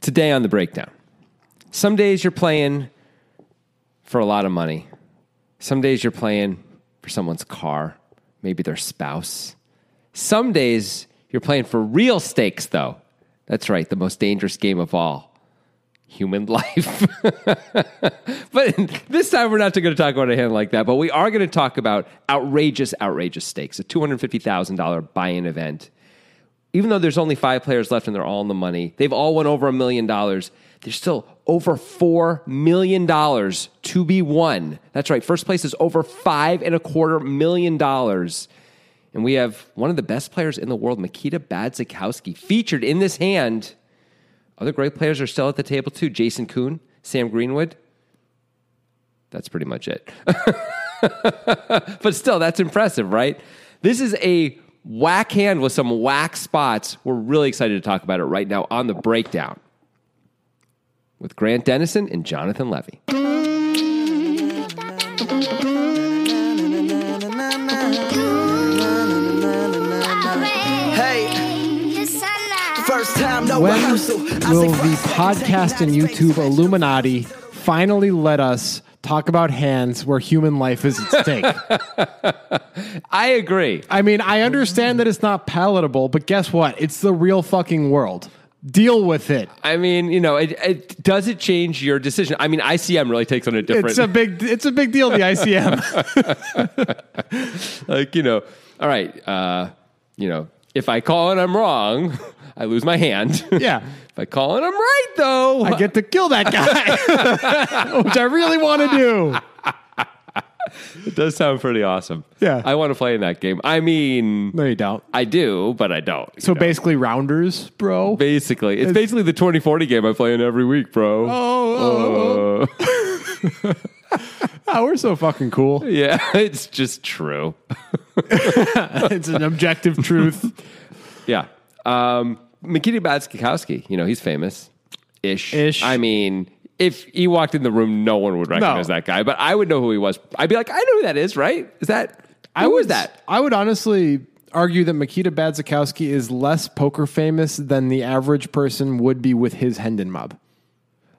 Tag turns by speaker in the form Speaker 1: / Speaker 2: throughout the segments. Speaker 1: Today on the breakdown. Some days you're playing for a lot of money. Some days you're playing for someone's car, maybe their spouse. Some days you're playing for real stakes, though. That's right, the most dangerous game of all human life. but this time we're not going to talk about a hand like that, but we are going to talk about outrageous, outrageous stakes a $250,000 buy in event. Even though there's only five players left and they're all in the money, they've all won over a million dollars. There's still over $4 million to be won. That's right. First place is over five and a quarter million dollars. And we have one of the best players in the world, Makita Badzikowski, featured in this hand. Other great players are still at the table too. Jason Kuhn, Sam Greenwood. That's pretty much it. but still, that's impressive, right? This is a whack hand with some whack spots. We're really excited to talk about it right now on the breakdown with Grant Dennison and Jonathan Levy.
Speaker 2: First time, no
Speaker 3: When
Speaker 2: rehearsal. I
Speaker 3: will
Speaker 2: say
Speaker 3: the
Speaker 2: first
Speaker 3: podcast and
Speaker 2: things,
Speaker 3: YouTube
Speaker 2: things,
Speaker 3: Illuminati finally let us talk about hands where human life is at stake?
Speaker 1: I agree.
Speaker 3: I mean, I understand that it's not palatable, but guess what? It's the real fucking world. Deal with it.
Speaker 1: I mean, you know, it, it does it change your decision? I mean, ICM really takes on a different.
Speaker 3: It's a big it's a big deal, the ICM.
Speaker 1: like you know all right uh you know if i call and i'm wrong i lose my hand
Speaker 3: Yeah.
Speaker 1: if i call and i'm right though
Speaker 3: I get to kill that guy. Which I really want to do.
Speaker 1: it does sound pretty awesome
Speaker 3: Yeah.
Speaker 1: i want to play in that game i mean
Speaker 3: No, you don't.
Speaker 1: i do but i don't you
Speaker 3: So
Speaker 1: know.
Speaker 3: basically rounders, bro.
Speaker 1: basically it's basically the 2040 game i play in every week bro Uh,
Speaker 3: oh, oh, we're so fucking cool.
Speaker 1: yeah it's just true
Speaker 3: it's an objective truth.
Speaker 1: yeah um Mikita Batskakowski, you know he's famous ish
Speaker 3: Ish.
Speaker 1: i mean if he walked in the room, no one would recognize that guy, but I would know who he was. I'd be like, I know who that is, right? Is that who was
Speaker 3: would-
Speaker 1: that?
Speaker 3: I would honestly argue that Makita Badzikowski is less poker famous than the average person would be with his Hendon mob.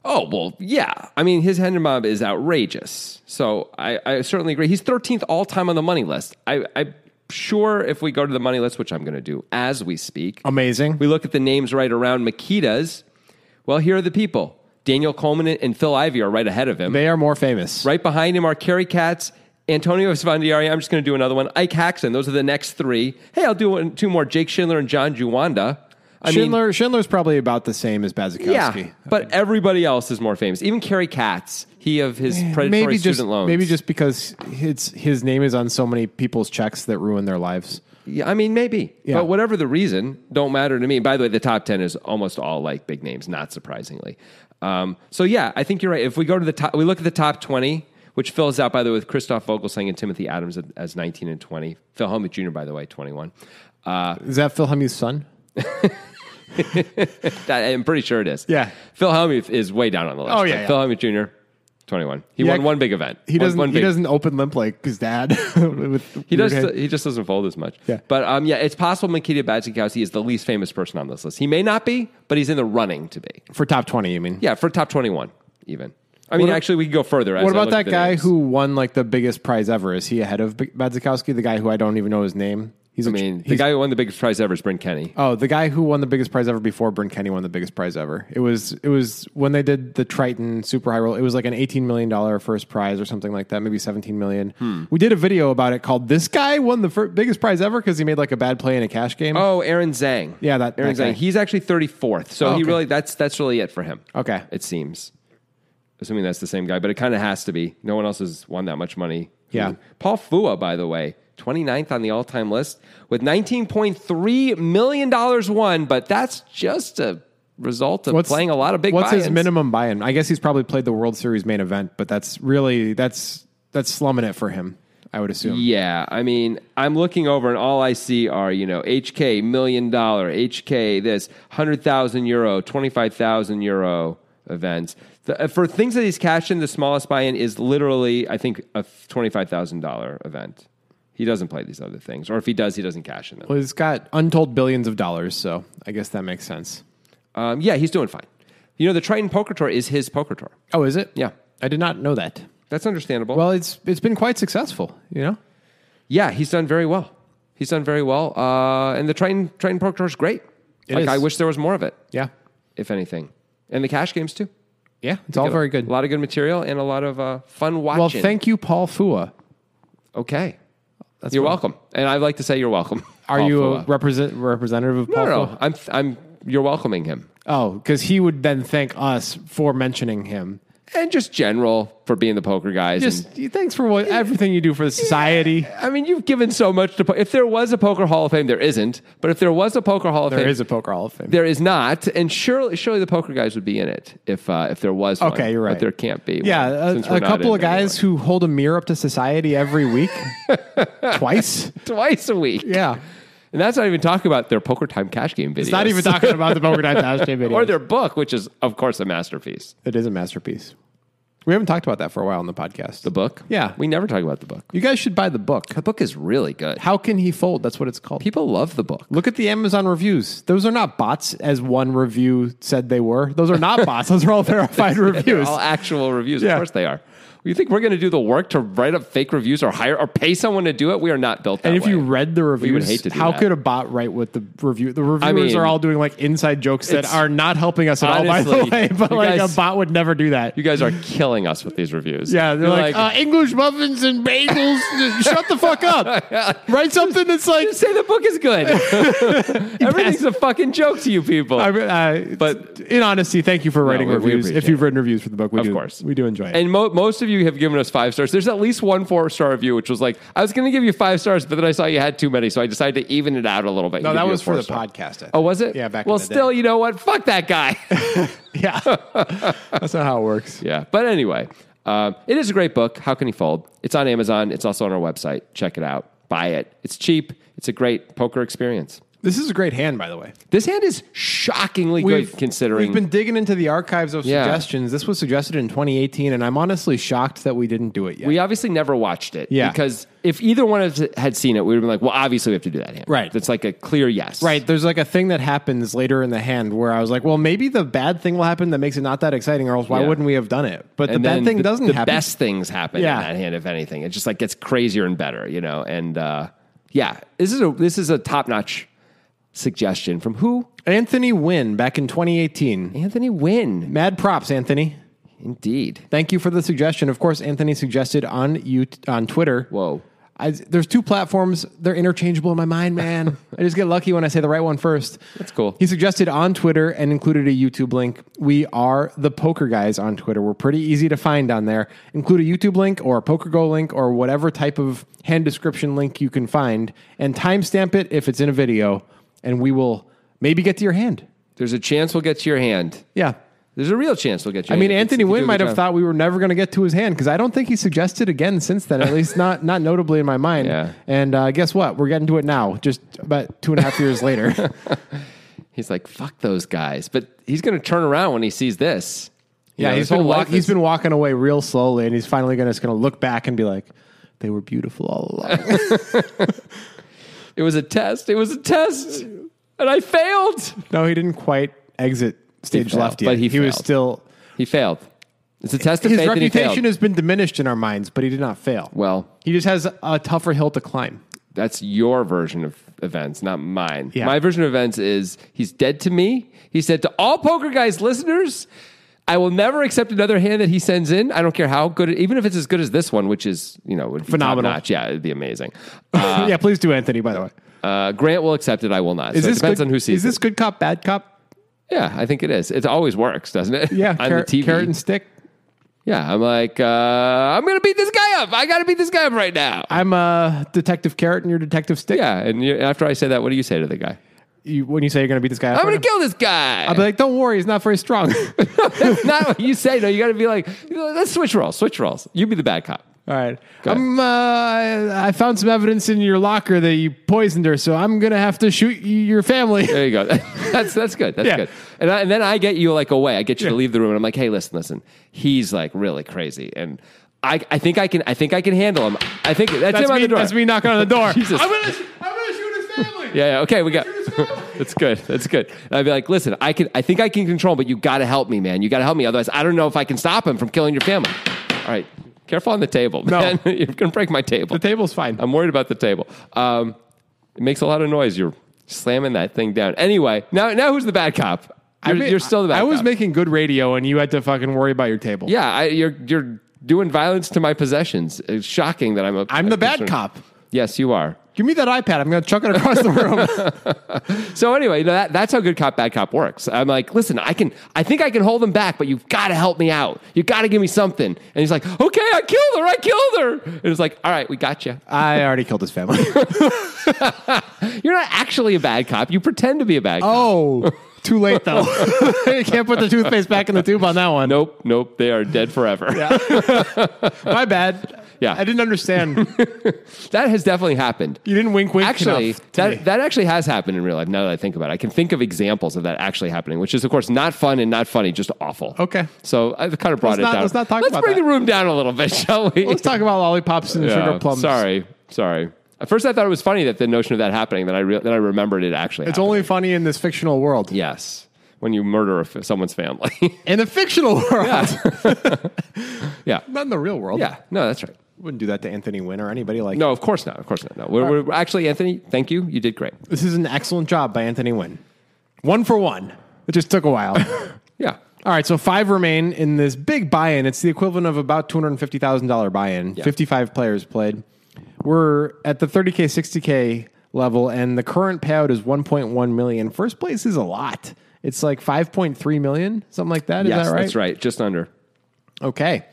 Speaker 1: Oh well, yeah. I mean, his Hendon mob is outrageous. So I, I certainly agree. He's 13th all time on the money list. I, I'm sure if we go to the money list, which I'm going to do as we speak,
Speaker 3: Amazing.
Speaker 1: we look at the names right around Makita's. Well, here are the people: Daniel Coleman and Phil Ivey are right ahead of him.
Speaker 3: They are more famous.
Speaker 1: right behind him are Kerry Katz, Antonio Svandiari. I'm just going to do another one. Ike Haxon. Those are the next three. Hey, I'll do one, two more: Jake Schindler and John Juwanda. I mean-
Speaker 3: Schindler Schindler's probably about the same as Bazikowski.
Speaker 1: yeah, but everybody else is more famous. Even Kerry Katz, he of his predatory
Speaker 3: maybe
Speaker 1: student
Speaker 3: just
Speaker 1: loans.
Speaker 3: maybe just because his his name is on so many people's checks that ruin their lives.
Speaker 1: Yeah, I mean, maybe.
Speaker 3: Yeah.
Speaker 1: But whatever the reason, don't matter to me. By the way, the top ten is almost all like big names, not surprisingly. Um, so yeah, I think you're right. If we go to the top, we look at the top twenty, which fills out by the way with Christoph Vogelsang and Timothy Adams as nineteen and twenty. Phil Hellmuth Jr. by the way, twenty one. Uh,
Speaker 3: Is that Phil Hemming's son?
Speaker 1: that, I'm pretty sure it is.
Speaker 3: Yeah.
Speaker 1: Phil Hellmuth is way down on the list.
Speaker 3: Oh, yeah,
Speaker 1: Like,
Speaker 3: yeah.
Speaker 1: Phil Hellmuth Jr. Twenty one. He
Speaker 3: Yeah,
Speaker 1: won one big event.
Speaker 3: He
Speaker 1: One-
Speaker 3: doesn't
Speaker 1: one
Speaker 3: he
Speaker 1: big-
Speaker 3: doesn't open limp like his dad. with
Speaker 1: He does.
Speaker 3: weird hand.
Speaker 1: he just doesn't fold as much.
Speaker 3: Yeah.
Speaker 1: But um, yeah, it's possible Makita Badzikowski is the least famous person on this list. He may not be, but he's in the running to be.
Speaker 3: for top twenty, you mean?
Speaker 1: Yeah, for top twenty-one, even. I mean,
Speaker 3: What a-
Speaker 1: actually, we could go further. as
Speaker 3: What
Speaker 1: I
Speaker 3: about
Speaker 1: look at
Speaker 3: that
Speaker 1: the
Speaker 3: guy
Speaker 1: names.
Speaker 3: who won like the biggest prize ever? Is he ahead of B- Badzikowski? The guy who I don't even know his name. He's
Speaker 1: I
Speaker 3: a
Speaker 1: mean, the
Speaker 3: he's-
Speaker 1: guy who won the biggest prize ever is Bryn Kenny.
Speaker 3: Oh, the guy who won the biggest prize ever before Bryn Kenny won the biggest prize ever. It was it was when they did the Triton Super High Roll. It was like an eighteen million dollar first prize or something like that, maybe seventeen million.
Speaker 1: Hmm.
Speaker 3: We did a video about it called "This Guy Won the fir- Biggest Prize Ever" because he made like a bad play in a cash game.
Speaker 1: Oh, Aaron Zhang.
Speaker 3: Yeah, that-
Speaker 1: Aaron
Speaker 3: that guy.
Speaker 1: Zhang. He's actually thirty-fourth. So
Speaker 3: Oh,
Speaker 1: he
Speaker 3: okay.
Speaker 1: really that's that's really it for him.
Speaker 3: Okay.
Speaker 1: it seems. Assuming that's the same guy, but it kind of has to be. No one else has won that much money.
Speaker 3: Yeah.
Speaker 1: Paul Fua, by the way, 29th on the all time list with $19.3 million won, but that's just a result of playing a lot of big
Speaker 3: What's his
Speaker 1: buy-ins.
Speaker 3: minimum buy-in? I guess he's probably played the World Series main event, but that's really that's that's slumming it for him. I would assume.
Speaker 1: Yeah, I mean, I'm looking over and all I see are, you know, HK million dollar, HK this, 100,000 euro, 25,000 euro events. The, uh, for things that he's cashed in, the smallest buy in is literally, I think, a $25,000 event. He doesn't play these other things, or if he does, he doesn't cash in them.
Speaker 3: Well, he's got untold billions of dollars, so I guess that makes sense.
Speaker 1: Um, yeah, he's doing fine. You know, the Triton Poker Tour is his poker tour.
Speaker 3: Oh, is it?
Speaker 1: Yeah.
Speaker 3: I did not know that.
Speaker 1: That's understandable.
Speaker 3: Well, it's it's been quite successful, you know?
Speaker 1: yeah, he's done very well. He's done very well. Uh, and the Triton, Triton Poker Tour is great.
Speaker 3: It
Speaker 1: like,
Speaker 3: is.
Speaker 1: I wish there was more of it,
Speaker 3: Yeah.
Speaker 1: if anything. And the cash games, too.
Speaker 3: Yeah, it's all very good.
Speaker 1: A lot of good material and a lot of uh, fun watching.
Speaker 3: Well, thank you, Paul Fua.
Speaker 1: Okay. you're welcome. And I'd like to say you're welcome.
Speaker 3: Are
Speaker 1: Paul
Speaker 3: you
Speaker 1: Fua.
Speaker 3: a represent, representative of
Speaker 1: No,
Speaker 3: Paul
Speaker 1: no,
Speaker 3: Fua?
Speaker 1: no. I'm, I'm, you're welcoming him.
Speaker 3: Oh, because he would then thank us for mentioning him.
Speaker 1: And just general for being the poker guys. and-
Speaker 3: Just thanks for what, everything you do for the society.
Speaker 1: I mean, you've given so much to. Po- if there was a poker Hall of Fame, there isn't. But if there was a poker Hall of
Speaker 3: There
Speaker 1: Fame,
Speaker 3: is a Poker Hall of Fame.
Speaker 1: there is not. And surely, surely the poker guys would be in it if uh, if there was. one.
Speaker 3: Okay, you're right.
Speaker 1: But there can't be.
Speaker 3: yeah,
Speaker 1: one,
Speaker 3: a,
Speaker 1: since
Speaker 3: a
Speaker 1: we're not
Speaker 3: couple
Speaker 1: in
Speaker 3: of guys who hold a mirror up to society every week, twice.
Speaker 1: anymore. twice a week.
Speaker 3: Yeah.
Speaker 1: and that's not even talking about their poker time cash game videos.
Speaker 3: It's not even talking about the Poker Night Dash Day video.
Speaker 1: or their book, which is of course a masterpiece.
Speaker 3: It is a masterpiece. We haven't talked about that for a while on the podcast.
Speaker 1: The book.
Speaker 3: Yeah.
Speaker 1: we never talk about the book.
Speaker 3: you guys should buy the book.
Speaker 1: The book is really good.
Speaker 3: How can he fold? That's what it's called.
Speaker 1: People love the book.
Speaker 3: Look at the Amazon reviews. Those are not bots, as one review said they were. Those are not bots. Those are all verified
Speaker 1: They're
Speaker 3: reviews.
Speaker 1: all actual reviews.
Speaker 3: Yeah.
Speaker 1: Of course they are. You think we're going to do the work to write up fake reviews or hire or pay someone to do it? We are not built that
Speaker 3: and if you
Speaker 1: way.
Speaker 3: read the reviews,
Speaker 1: hate to do
Speaker 3: how
Speaker 1: that.
Speaker 3: could a bot write what the review? The reviewers
Speaker 1: mean,
Speaker 3: are all doing like inside jokes that
Speaker 1: it's-
Speaker 3: are not helping us at all, by
Speaker 1: Honestly,
Speaker 3: the way. But
Speaker 1: you
Speaker 3: like
Speaker 1: guys-
Speaker 3: a bot would never do that.
Speaker 1: You guys are killing us with these reviews.
Speaker 3: yeah, they're
Speaker 1: You're
Speaker 3: like, uh, English muffins and bagels. Shut the fuck up. Write something that's like.
Speaker 1: say the book is good. Everything's a fucking joke to you people.
Speaker 3: I, uh,
Speaker 1: But-
Speaker 3: but in honesty, thank you for writing
Speaker 1: we- we
Speaker 3: reviews. if
Speaker 1: appreciate
Speaker 3: you've written reviews for the book, we
Speaker 1: Of
Speaker 3: do,
Speaker 1: course.
Speaker 3: we do enjoy it.
Speaker 1: and mo- most of you have given us five stars. There's at least one four star review, which was like, I was going to give you five stars, but then I saw you had too many, so I decided to even it out a little bit. and
Speaker 3: no,
Speaker 1: give
Speaker 3: that
Speaker 1: you a
Speaker 3: was for the
Speaker 1: four-star.
Speaker 3: podcast. I think.
Speaker 1: Oh, was it?
Speaker 3: Yeah, back.
Speaker 1: Well,
Speaker 3: in the day.
Speaker 1: still, you know what? Fuck that guy.
Speaker 3: Yeah. That's not how it works.
Speaker 1: Yeah. But anyway, um, it is a great book. How can he fold? It's on Amazon. It's also on our website. Check it out. Buy it. It's cheap. It's a great poker experience.
Speaker 3: This is a great hand, by the way.
Speaker 1: This hand is shockingly good considering.
Speaker 3: We've been digging into the archives of
Speaker 1: Yeah.
Speaker 3: suggestions. This was suggested in 2018, and I'm honestly shocked that we didn't do it yet.
Speaker 1: we obviously never watched it.
Speaker 3: Yeah.
Speaker 1: Because if either one of us had seen it, we would have been like, well, obviously we have to do that hand.
Speaker 3: Right.
Speaker 1: That's like a clear yes.
Speaker 3: right. There's like a thing that happens later in the hand where I was like, well, maybe the bad thing will happen that makes it not that exciting, or else why
Speaker 1: Yeah.
Speaker 3: wouldn't we have done it? But
Speaker 1: And
Speaker 3: the
Speaker 1: then
Speaker 3: bad thing
Speaker 1: the-
Speaker 3: doesn't
Speaker 1: the
Speaker 3: happen.
Speaker 1: best things happen
Speaker 3: Yeah.
Speaker 1: in that hand, if anything. It just like gets crazier and better, you know? And uh, yeah, this is a this is a top notch suggestion from who?
Speaker 3: Anthony Wynn back in 2018.
Speaker 1: Anthony Wynn.
Speaker 3: Mad props, Anthony.
Speaker 1: Indeed.
Speaker 3: Thank you for the suggestion. Of course, Anthony suggested on you on Twitter.
Speaker 1: Whoa.
Speaker 3: I, there's two platforms. They're interchangeable in my mind, man. I just get lucky when I say the right one first.
Speaker 1: That's cool.
Speaker 3: He suggested on Twitter and included a YouTube link. We are the poker guys on Twitter. We're pretty easy to find on there. Include a YouTube link or a PokerGo link or whatever type of hand description link you can find and timestamp it if it's in a video, and we will maybe get to your hand.
Speaker 1: There's a chance we'll get to your hand.
Speaker 3: Yeah.
Speaker 1: There's a real chance we'll get you.
Speaker 3: I mean, Anthony Wynn might have thought we were never going to get to his hand because I don't think he suggested again since then, at least not not notably in my mind.
Speaker 1: Yeah.
Speaker 3: And uh, guess what? We're getting to it now, just about two and a half years later.
Speaker 1: He's like, "Fuck those guys," but he's going to turn around when he sees this. You
Speaker 3: Yeah,
Speaker 1: know,
Speaker 3: he's
Speaker 1: this whole
Speaker 3: been, walk,
Speaker 1: life
Speaker 3: he's
Speaker 1: is-
Speaker 3: been walking away real slowly, and he's finally gonna, just going to look back and be like, they were beautiful all along.
Speaker 1: It was a test. It was a test, and I failed.
Speaker 3: no, he didn't quite exit stage
Speaker 1: failed,
Speaker 3: left yet.
Speaker 1: but he failed.
Speaker 3: was still.
Speaker 1: He failed. It's a test of
Speaker 3: His
Speaker 1: faith. and he
Speaker 3: reputation
Speaker 1: failed.
Speaker 3: has been diminished in our minds, but he did not fail.
Speaker 1: well.
Speaker 3: he just has a tougher hill to climb.
Speaker 1: That's your version of events, not mine.
Speaker 3: Yeah.
Speaker 1: My version of events is he's dead to me. He said to all poker guys listeners, I will never accept another hand that he sends in. I don't care how good, it, even if it's as good as this one, which is you know would be
Speaker 3: Phenomenal.
Speaker 1: top-notch. Yeah, it'd be amazing.
Speaker 3: yeah, please do Anthony. By the way,
Speaker 1: Uh, Grant will accept it. I will not. so it depends
Speaker 3: good,
Speaker 1: on who sees
Speaker 3: Is this
Speaker 1: it.
Speaker 3: good cop, bad cop?
Speaker 1: Yeah, I think it is. It always works, doesn't it?
Speaker 3: Yeah,
Speaker 1: on
Speaker 3: carrot,
Speaker 1: the TV.
Speaker 3: carrot and stick.
Speaker 1: yeah, I'm like, uh, I'm gonna beat this guy up. I gotta beat this guy up right now.
Speaker 3: I'm uh, detective carrot and you're detective stick.
Speaker 1: yeah, and you, after I say that, what do you say to the guy?
Speaker 3: You, when you say you're going to beat this guy, up,
Speaker 1: I'm gonna
Speaker 3: right?
Speaker 1: kill this guy.
Speaker 3: I'll be like, don't worry, he's not very strong.
Speaker 1: That's not what you say. No, you got to be like, let's switch roles. Switch roles. You be the bad cop.
Speaker 3: All right.
Speaker 1: Go ahead.
Speaker 3: I'm, uh, I found some evidence in your locker that you poisoned her, so I'm going to have to shoot y- your family.
Speaker 1: There you go. that's that's good. That's
Speaker 3: Yeah.
Speaker 1: good. And, I, and then I get you like away. I get you to
Speaker 3: Yeah.
Speaker 1: leave the room, and I'm like, hey, listen, listen. He's like really crazy, and I, I think I can I think I can handle him. I think that's,
Speaker 3: That's
Speaker 1: him on
Speaker 3: me,
Speaker 1: the door.
Speaker 3: that's me knocking on the door.
Speaker 1: Jesus.
Speaker 3: I'm going to I'm gonna shoot his family.
Speaker 1: Yeah, yeah. Okay, we got. That's good. That's good. And I'd be like, listen, I can. I think I can control him, but you got to help me, man. You got to help me. Otherwise, I don't know if I can stop him from killing your family. All right, careful on the table,
Speaker 3: No.
Speaker 1: man. You're gonna break my table.
Speaker 3: The table's fine.
Speaker 1: I'm worried about the table. Um, it makes a lot of noise. You're slamming that thing down. Anyway, now now who's the bad cop? You're,
Speaker 3: I mean,
Speaker 1: you're still the bad.
Speaker 3: I was
Speaker 1: cop.
Speaker 3: making good radio, and you had to fucking worry about your table.
Speaker 1: Yeah, I, you're you're doing violence to my possessions. It's shocking that I'm a.
Speaker 3: I'm the bad cop.
Speaker 1: Yes, you are.
Speaker 3: Give me that iPad. I'm going to chuck it across the room.
Speaker 1: So anyway, you know, that, that's how good cop bad cop works. I'm like, listen, I can, I think I can hold them back, but you've got to help me out. You got to give me something. And he's like, okay, I killed her, I killed her. And it's like, all right, we got you.
Speaker 3: I already killed his family.
Speaker 1: You're not actually a bad cop. You pretend to be a bad. cop.
Speaker 3: Oh, too late though. you can't put the toothpaste back in the tube on that one.
Speaker 1: Nope, nope. They are dead forever.
Speaker 3: My bad.
Speaker 1: Yeah.
Speaker 3: I didn't understand. you
Speaker 1: That has definitely happened.
Speaker 3: didn't wink, wink.
Speaker 1: actually
Speaker 3: enough to me.
Speaker 1: that, that actually has happened in real life now that i think about it i can think of examples of that actually happening which is of course not fun and not funny just awful
Speaker 3: Okay.
Speaker 1: so i've kind of brought it
Speaker 3: Let's not-
Speaker 1: down
Speaker 3: let's not talk about
Speaker 1: bring
Speaker 3: that.
Speaker 1: the room down a little bit shall we
Speaker 3: let's talk about lollipops and
Speaker 1: Yeah,
Speaker 3: sugar plums.
Speaker 1: sorry sorry at first i thought it was funny that the notion of that happening that i re- that i remembered it actually
Speaker 3: It's
Speaker 1: happened.
Speaker 3: only funny in this fictional world.
Speaker 1: yes when you murder a f- someone's family
Speaker 3: In the fictional world,
Speaker 1: yeah
Speaker 3: not in the real world.
Speaker 1: yeah no that's right
Speaker 3: wouldn't do that to Anthony Wynn or anybody like.
Speaker 1: no of course not of course not no we're, we're, actually anthony thank you you did great
Speaker 3: This is an excellent job by Anthony Wynn. One for one. It just took a while.
Speaker 1: yeah
Speaker 3: All right, so five remain in this big buy-in. It's the equivalent of about two hundred and fifty thousand dollar buy-in. Fifty-five players played. We're at the thirty k, sixty k level, and the current payout is one point one million. First place is a lot. It's like five point three million, something like that. Is
Speaker 1: yes
Speaker 3: that right?
Speaker 1: that's right just under
Speaker 3: Okay.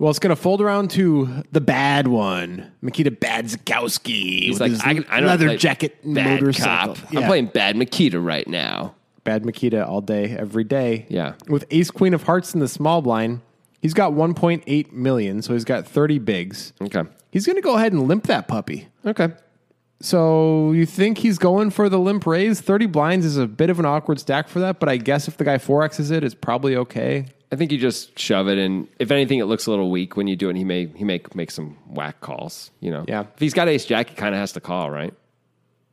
Speaker 3: Well, it's going to fold around to the bad one, Makita Badzikowski.
Speaker 1: He's like, I, I don't
Speaker 3: leather
Speaker 1: play
Speaker 3: jacket, and
Speaker 1: bad
Speaker 3: motorcycle.
Speaker 1: cop.
Speaker 3: Yeah.
Speaker 1: I'm playing bad Makita right now.
Speaker 3: Bad Makita all day, every day.
Speaker 1: Yeah.
Speaker 3: With Ace Queen of Hearts in the small blind, he's got 1.8 million, so he's got 30 bigs.
Speaker 1: Okay.
Speaker 3: He's going to go ahead and limp that puppy.
Speaker 1: Okay.
Speaker 3: So you think he's going for the limp raise? 30 blinds is a bit of an awkward stack for that, but I guess if the guy 4Xs it, it's probably okay.
Speaker 1: I think you just shove it in. If anything, it looks a little weak when you do it. He may he may make some whack calls. You know.
Speaker 3: Yeah.
Speaker 1: If he's got ace jack, he kind of has to call, right?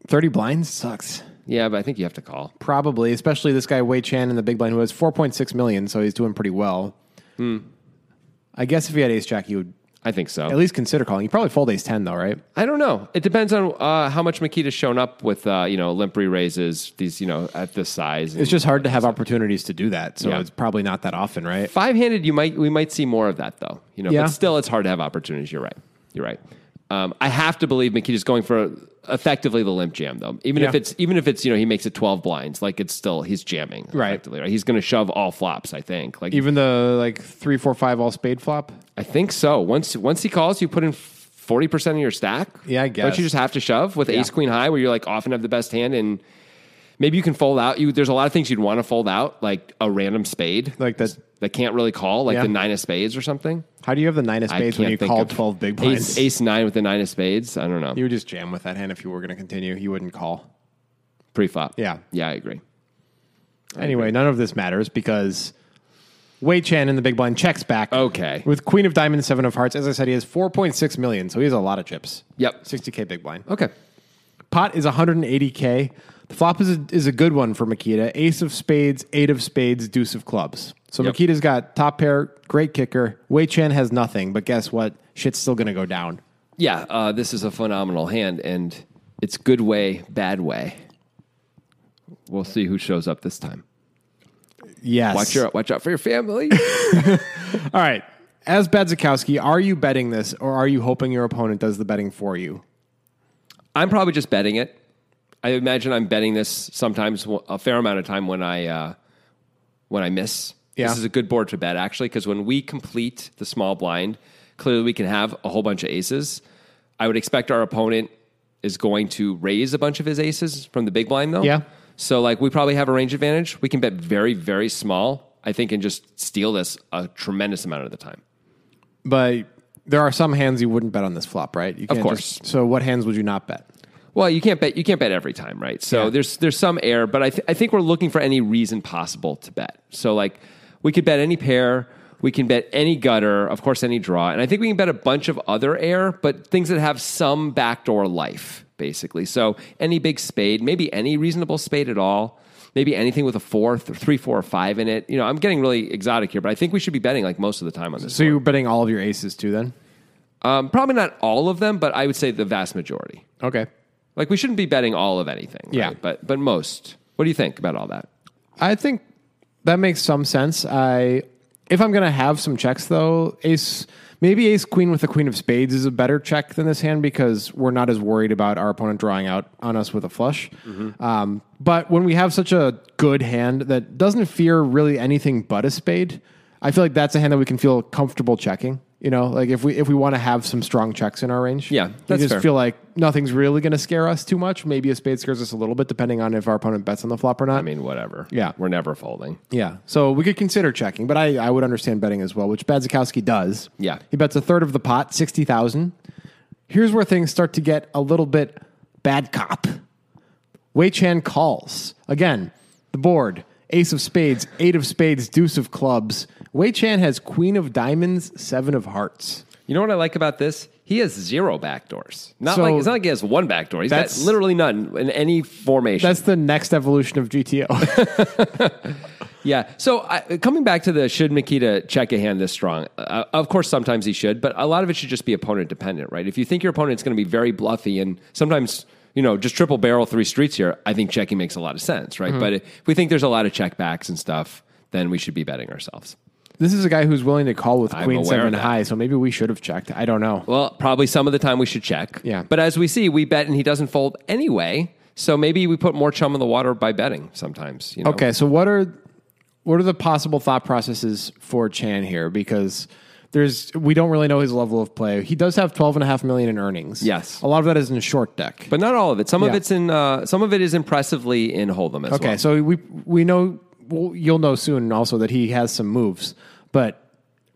Speaker 3: 30 blinds sucks.
Speaker 1: Yeah, but I think you have to call.
Speaker 3: Probably, especially this guy Wei Chan in the big blind who has 4.6 million, so he's doing pretty well. I guess if he had ace jack, he would
Speaker 1: I think
Speaker 3: at
Speaker 1: so.
Speaker 3: least consider calling. You probably fold ace 10 though, right?
Speaker 1: I don't know. It depends on uh, how much Makita's shown up with uh, you know limp re raises. These you know at this size.
Speaker 3: It's just hard to have opportunities to do that, so
Speaker 1: Yeah.
Speaker 3: it's probably not that often, right?
Speaker 1: five handed. You might we might see more of that though. You know.
Speaker 3: Yeah.
Speaker 1: But still, it's hard to have opportunities. You're right. You're right. Um, I have to believe Makita's going for effectively the limp jam though. Even if
Speaker 3: Yeah.
Speaker 1: it's even if it's you know he makes it twelve blinds, like it's still he's jamming
Speaker 3: Right.
Speaker 1: effectively, Right. He's going to shove all flops. I think. Like
Speaker 3: Even the like three, four, five all spade flop.
Speaker 1: I think so. Once once he calls, you put in forty percent of your stack.
Speaker 3: Yeah, I
Speaker 1: Don't
Speaker 3: guess.
Speaker 1: you just have to shove with Ace Queen High, where you're like often have the best hand, and maybe you can fold out. You there's a lot of things you'd want to fold out, like a random spade,
Speaker 3: Like that-
Speaker 1: that can't really call, like
Speaker 3: Yeah.
Speaker 1: the nine of spades or something.
Speaker 3: How do you have the nine of
Speaker 1: I
Speaker 3: spades when
Speaker 1: can't
Speaker 3: you
Speaker 1: think
Speaker 3: called
Speaker 1: of-
Speaker 3: twelve big
Speaker 1: Ace,
Speaker 3: blinds?
Speaker 1: ace nine with the nine of spades. I don't know.
Speaker 3: You would just jam with that hand if you were going to continue. You wouldn't call.
Speaker 1: Pre flop.
Speaker 3: Yeah.
Speaker 1: Yeah, I agree.
Speaker 3: Anyway, none of this matters because Wei Chan in the big blind checks back.
Speaker 1: Okay.
Speaker 3: With Queen of Diamonds, Seven of Hearts. As I said, he has 4.6 million, so he has a lot of chips.
Speaker 1: Yep.
Speaker 3: 60K big blind.
Speaker 1: Okay.
Speaker 3: Pot is 180K. The flop is a, is a good one for Makita. Ace of spades, eight of spades, deuce of clubs. So
Speaker 1: Yep.
Speaker 3: Makita's got top pair, great kicker. Wei Chan has nothing, but guess what? Shit's still going to go down.
Speaker 1: Yeah, uh, this is a phenomenal hand, and it's good way, bad way. We'll see who shows up this time.
Speaker 3: Yes.
Speaker 1: Watch your watch out for your family.
Speaker 3: All right. As Badzikowski, are you betting this or are you hoping your opponent does the betting for you?
Speaker 1: I'm probably just betting it. I imagine I'm betting this sometimes a fair amount of time when I uh, when I miss.
Speaker 3: Yeah.
Speaker 1: This is a good board to bet actually because when we complete the small blind, clearly we can have a whole bunch of aces. I would expect our opponent is going to raise a bunch of his aces from the big blind though.
Speaker 3: Yeah.
Speaker 1: So like we probably have a range advantage. We can bet very very small. I think and just steal this a tremendous amount of the time.
Speaker 3: But there are some hands you wouldn't bet on this flop, right? You can't
Speaker 1: course.
Speaker 3: just- so what hands would you not bet?
Speaker 1: Well, you can't bet. You can't bet every time, right? So
Speaker 3: Yeah.
Speaker 1: there's there's some error, but I th- I think we're looking for any reason possible to bet. So like we could bet any pair, we can bet any gutter, of course any draw, and I think we can bet a bunch of other air, but things that have some backdoor life. basically. So any big spade, maybe any reasonable spade at all, maybe anything with a four, th- three, four, or five in it. You know, I'm getting really exotic here, but I think we should be betting like most of the time on this.
Speaker 3: So you're betting all of your aces too, then?
Speaker 1: Um, probably not all of them, but I would say the vast majority.
Speaker 3: Okay.
Speaker 1: Like we shouldn't be betting all of anything. right?
Speaker 3: Yeah.
Speaker 1: but but most. What do you think about all that?
Speaker 3: I think that makes some sense. I if I'm gonna have some checks though, ace maybe ace queen with the queen of spades is a better check than this hand because we're not as worried about our opponent drawing out on us with a flush.
Speaker 1: Mm-hmm.
Speaker 3: Um, but when we have such a good hand that doesn't fear really anything but a spade, I feel like that's a hand that we can feel comfortable checking. You know, like if we if we want to have some strong checks in our range,
Speaker 1: Yeah, that's
Speaker 3: we just
Speaker 1: fair.
Speaker 3: feel like nothing's really going to scare us too much. Maybe a spade scares us a little bit, depending on if our opponent bets on the flop or not.
Speaker 1: I mean, whatever.
Speaker 3: Yeah.
Speaker 1: we're never folding.
Speaker 3: Yeah. So we could consider checking, but I, I would understand betting as well, which Badzikowski does.
Speaker 1: Yeah.
Speaker 3: He bets a third of the pot, 60,000. Here's where things start to get a little bit bad cop. Wei Chan calls. Again, the board, ace of spades, eight of spades, deuce of clubs. Wei Chan has queen of diamonds, seven of hearts.
Speaker 1: You know what I like about this? He has zero backdoors. Not
Speaker 3: So-
Speaker 1: like it's not like he has one backdoor. He's got
Speaker 3: That's-
Speaker 1: literally none in any formation.
Speaker 3: That's the next evolution of GTO.
Speaker 1: Yeah. So I, coming back to the should Makita check a hand this strong? Uh, of course, sometimes he should, but a lot of it should just be opponent dependent, right? If you think your opponent's going to be very bluffy and sometimes you know just triple barrel three streets here, I think checking makes a lot of sense,
Speaker 3: Mm-hmm.
Speaker 1: right? But if we think there's a lot of checkbacks and stuff, then we should be betting ourselves.
Speaker 3: this is a guy who's willing to call with queen
Speaker 1: aware of
Speaker 3: seven
Speaker 1: that.
Speaker 3: high, so maybe we should have checked. I don't know.
Speaker 1: Well, probably some of the time we should check.
Speaker 3: Yeah.
Speaker 1: But as we see, we bet and he doesn't fold anyway. So maybe we put more chum in the water by betting sometimes. You know?
Speaker 3: Okay, so what are what are the possible thought processes for Chan here? Because there's we don't really know his level of play. He does have twelve and a half million in earnings.
Speaker 1: Yes.
Speaker 3: a lot of that is in short deck.
Speaker 1: But not all of it. Some of
Speaker 3: Yeah.
Speaker 1: it's in. Uh, some of it is impressively in hold'em as well.
Speaker 3: okay, so we we know well, you'll know soon also that he has some moves, but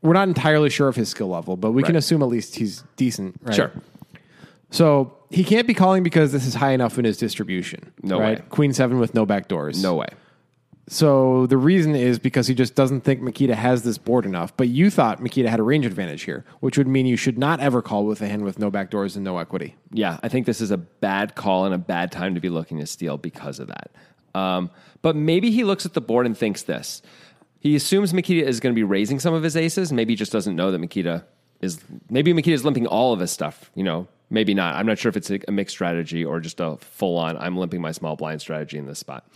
Speaker 3: we're not entirely sure of his skill level. But we can
Speaker 1: Right.
Speaker 3: assume at least he's decent. Right?
Speaker 1: Sure.
Speaker 3: So he can't be calling because this is high enough in his distribution.
Speaker 1: No
Speaker 3: right?
Speaker 1: way.
Speaker 3: Queen seven with no backdoors.
Speaker 1: No way.
Speaker 3: So the reason is because he just doesn't think Makita has this board enough. But you thought Makita had a range advantage here, which would mean you should not ever call with a hand with no backdoors and no equity.
Speaker 1: Yeah, I think this is a bad call and a bad time to be looking to steal because of that. Um, but maybe he looks at the board and thinks this. He assumes Makita is going to be raising some of his aces. Maybe he just doesn't know that Makita is. Maybe Makita is limping all of his stuff. You know, maybe not. I'm not sure if it's a, a mixed strategy or just a full on. I'm limping my small blind strategy in this spot.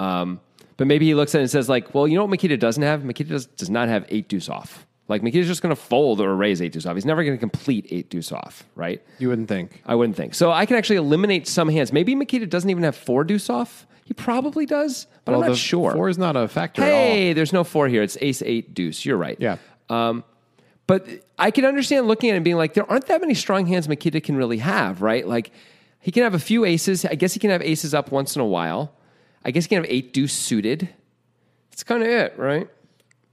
Speaker 1: Um, but maybe he looks at it and says, like, well, you know what Makita doesn't have? Makita does, does not have eight deuce off. Like, Makita's just going to fold or raise eight deuce off. He's never going to complete eight deuce off, right?
Speaker 3: You wouldn't think.
Speaker 1: I wouldn't think. So I can actually eliminate some hands. Maybe Makita doesn't even have four deuce off. He probably does, but I'm
Speaker 3: the
Speaker 1: not sure.
Speaker 3: Four is not a factor at all.
Speaker 1: hey, there's no four here. It's ace eight deuce. You're right.
Speaker 3: Yeah.
Speaker 1: But I can understand looking at it and being like, there aren't that many strong hands Makita can really have, right? Like he can have a few aces. I guess he can have aces up once in a while. I guess he can have eight deuce suited. That's kind of it, right?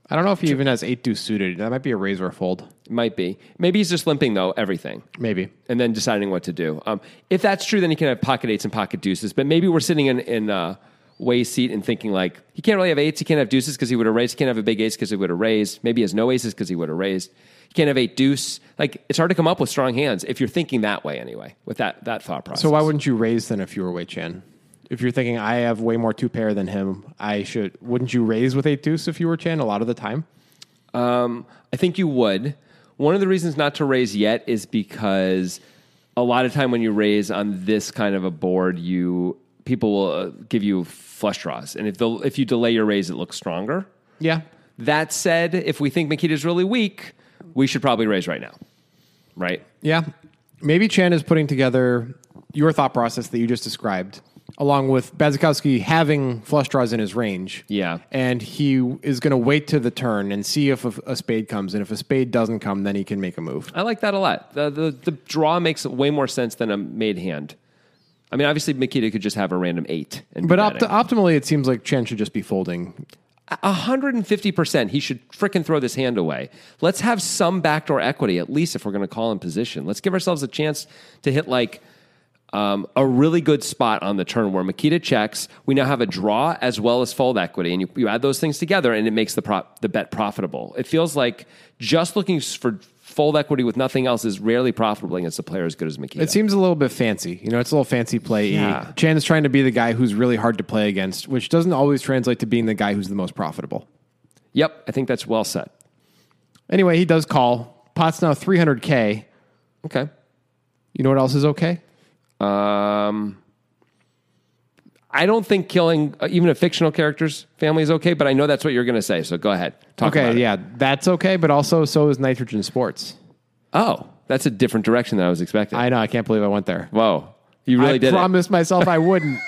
Speaker 3: I don't know if he even has eight deuce suited. That might be a razor fold.
Speaker 1: It might be. Maybe he's just limping though, everything.
Speaker 3: Maybe.
Speaker 1: and then deciding what to do. Um, if that's true, then he can have pocket eights and pocket deuces. But maybe we're sitting in in uh, Way's seat and thinking like he can't really have eights. He can't have deuces because he would have raised. He can't have a big ace because he would have raised. Maybe he has no aces because he would have raised. He can't have eight deuce. Like it's hard to come up with strong hands if you're thinking that way anyway with that that thought process.
Speaker 3: So why wouldn't you raise then if you were Wei Chan? If you're thinking I have way more two pair than him, I should. Wouldn't you raise with eight deuce if you were Chan a lot of the time?
Speaker 1: I think you would. One of the reasons not to raise yet is because a lot of time when you raise on this kind of a board, you people will uh, give you flush draws, and if the, if you delay your raise, it looks stronger.
Speaker 3: Yeah.
Speaker 1: That said, if we think Makita's really weak, we should probably raise right now, right?
Speaker 3: Yeah. Maybe Chan is putting together your thought process that you just described, along with Bazikowski having flush draws in his range.
Speaker 1: Yeah.
Speaker 3: And he is going to wait to the turn and see if a, a spade comes. And if a spade doesn't come, then he can make a move.
Speaker 1: I like that a lot. The, the, the draw makes way more sense than a made hand. I mean, obviously, Makita could just have a random eight. And
Speaker 3: But opt- optimally, it seems like Chan should just be folding.
Speaker 1: 150%, he should frickin' throw this hand away. Let's have some backdoor equity, at least if we're going to call in position. Let's give ourselves a chance to hit like um, a really good spot on the turn where Makita checks. We now have a draw as well as fold equity, and you, you add those things together, and it makes the prop the bet profitable. It feels like just looking s- for full equity with nothing else is rarely profitable against a player as good as Makita.
Speaker 3: It seems a little bit fancy. You know, it's a little fancy play.
Speaker 1: Yeah.
Speaker 3: Chan is trying to be the guy who's really hard to play against, which doesn't always translate to being the guy who's the most profitable.
Speaker 1: yep, I think that's well said.
Speaker 3: Anyway, he does call. Pot's now 300K.
Speaker 1: Okay.
Speaker 3: You know what else is okay?
Speaker 1: Um, I don't think killing uh, even a fictional character's family is okay, but I know that's what you're going to say. So go ahead. Talk about
Speaker 3: Okay,
Speaker 1: it.
Speaker 3: yeah, that's okay, but also so is Nitrogen Sports.
Speaker 1: Oh, that's a different direction than I was expecting.
Speaker 3: I know, I can't believe I went there.
Speaker 1: Whoa. You really
Speaker 3: I
Speaker 1: did
Speaker 3: promised myself I wouldn't.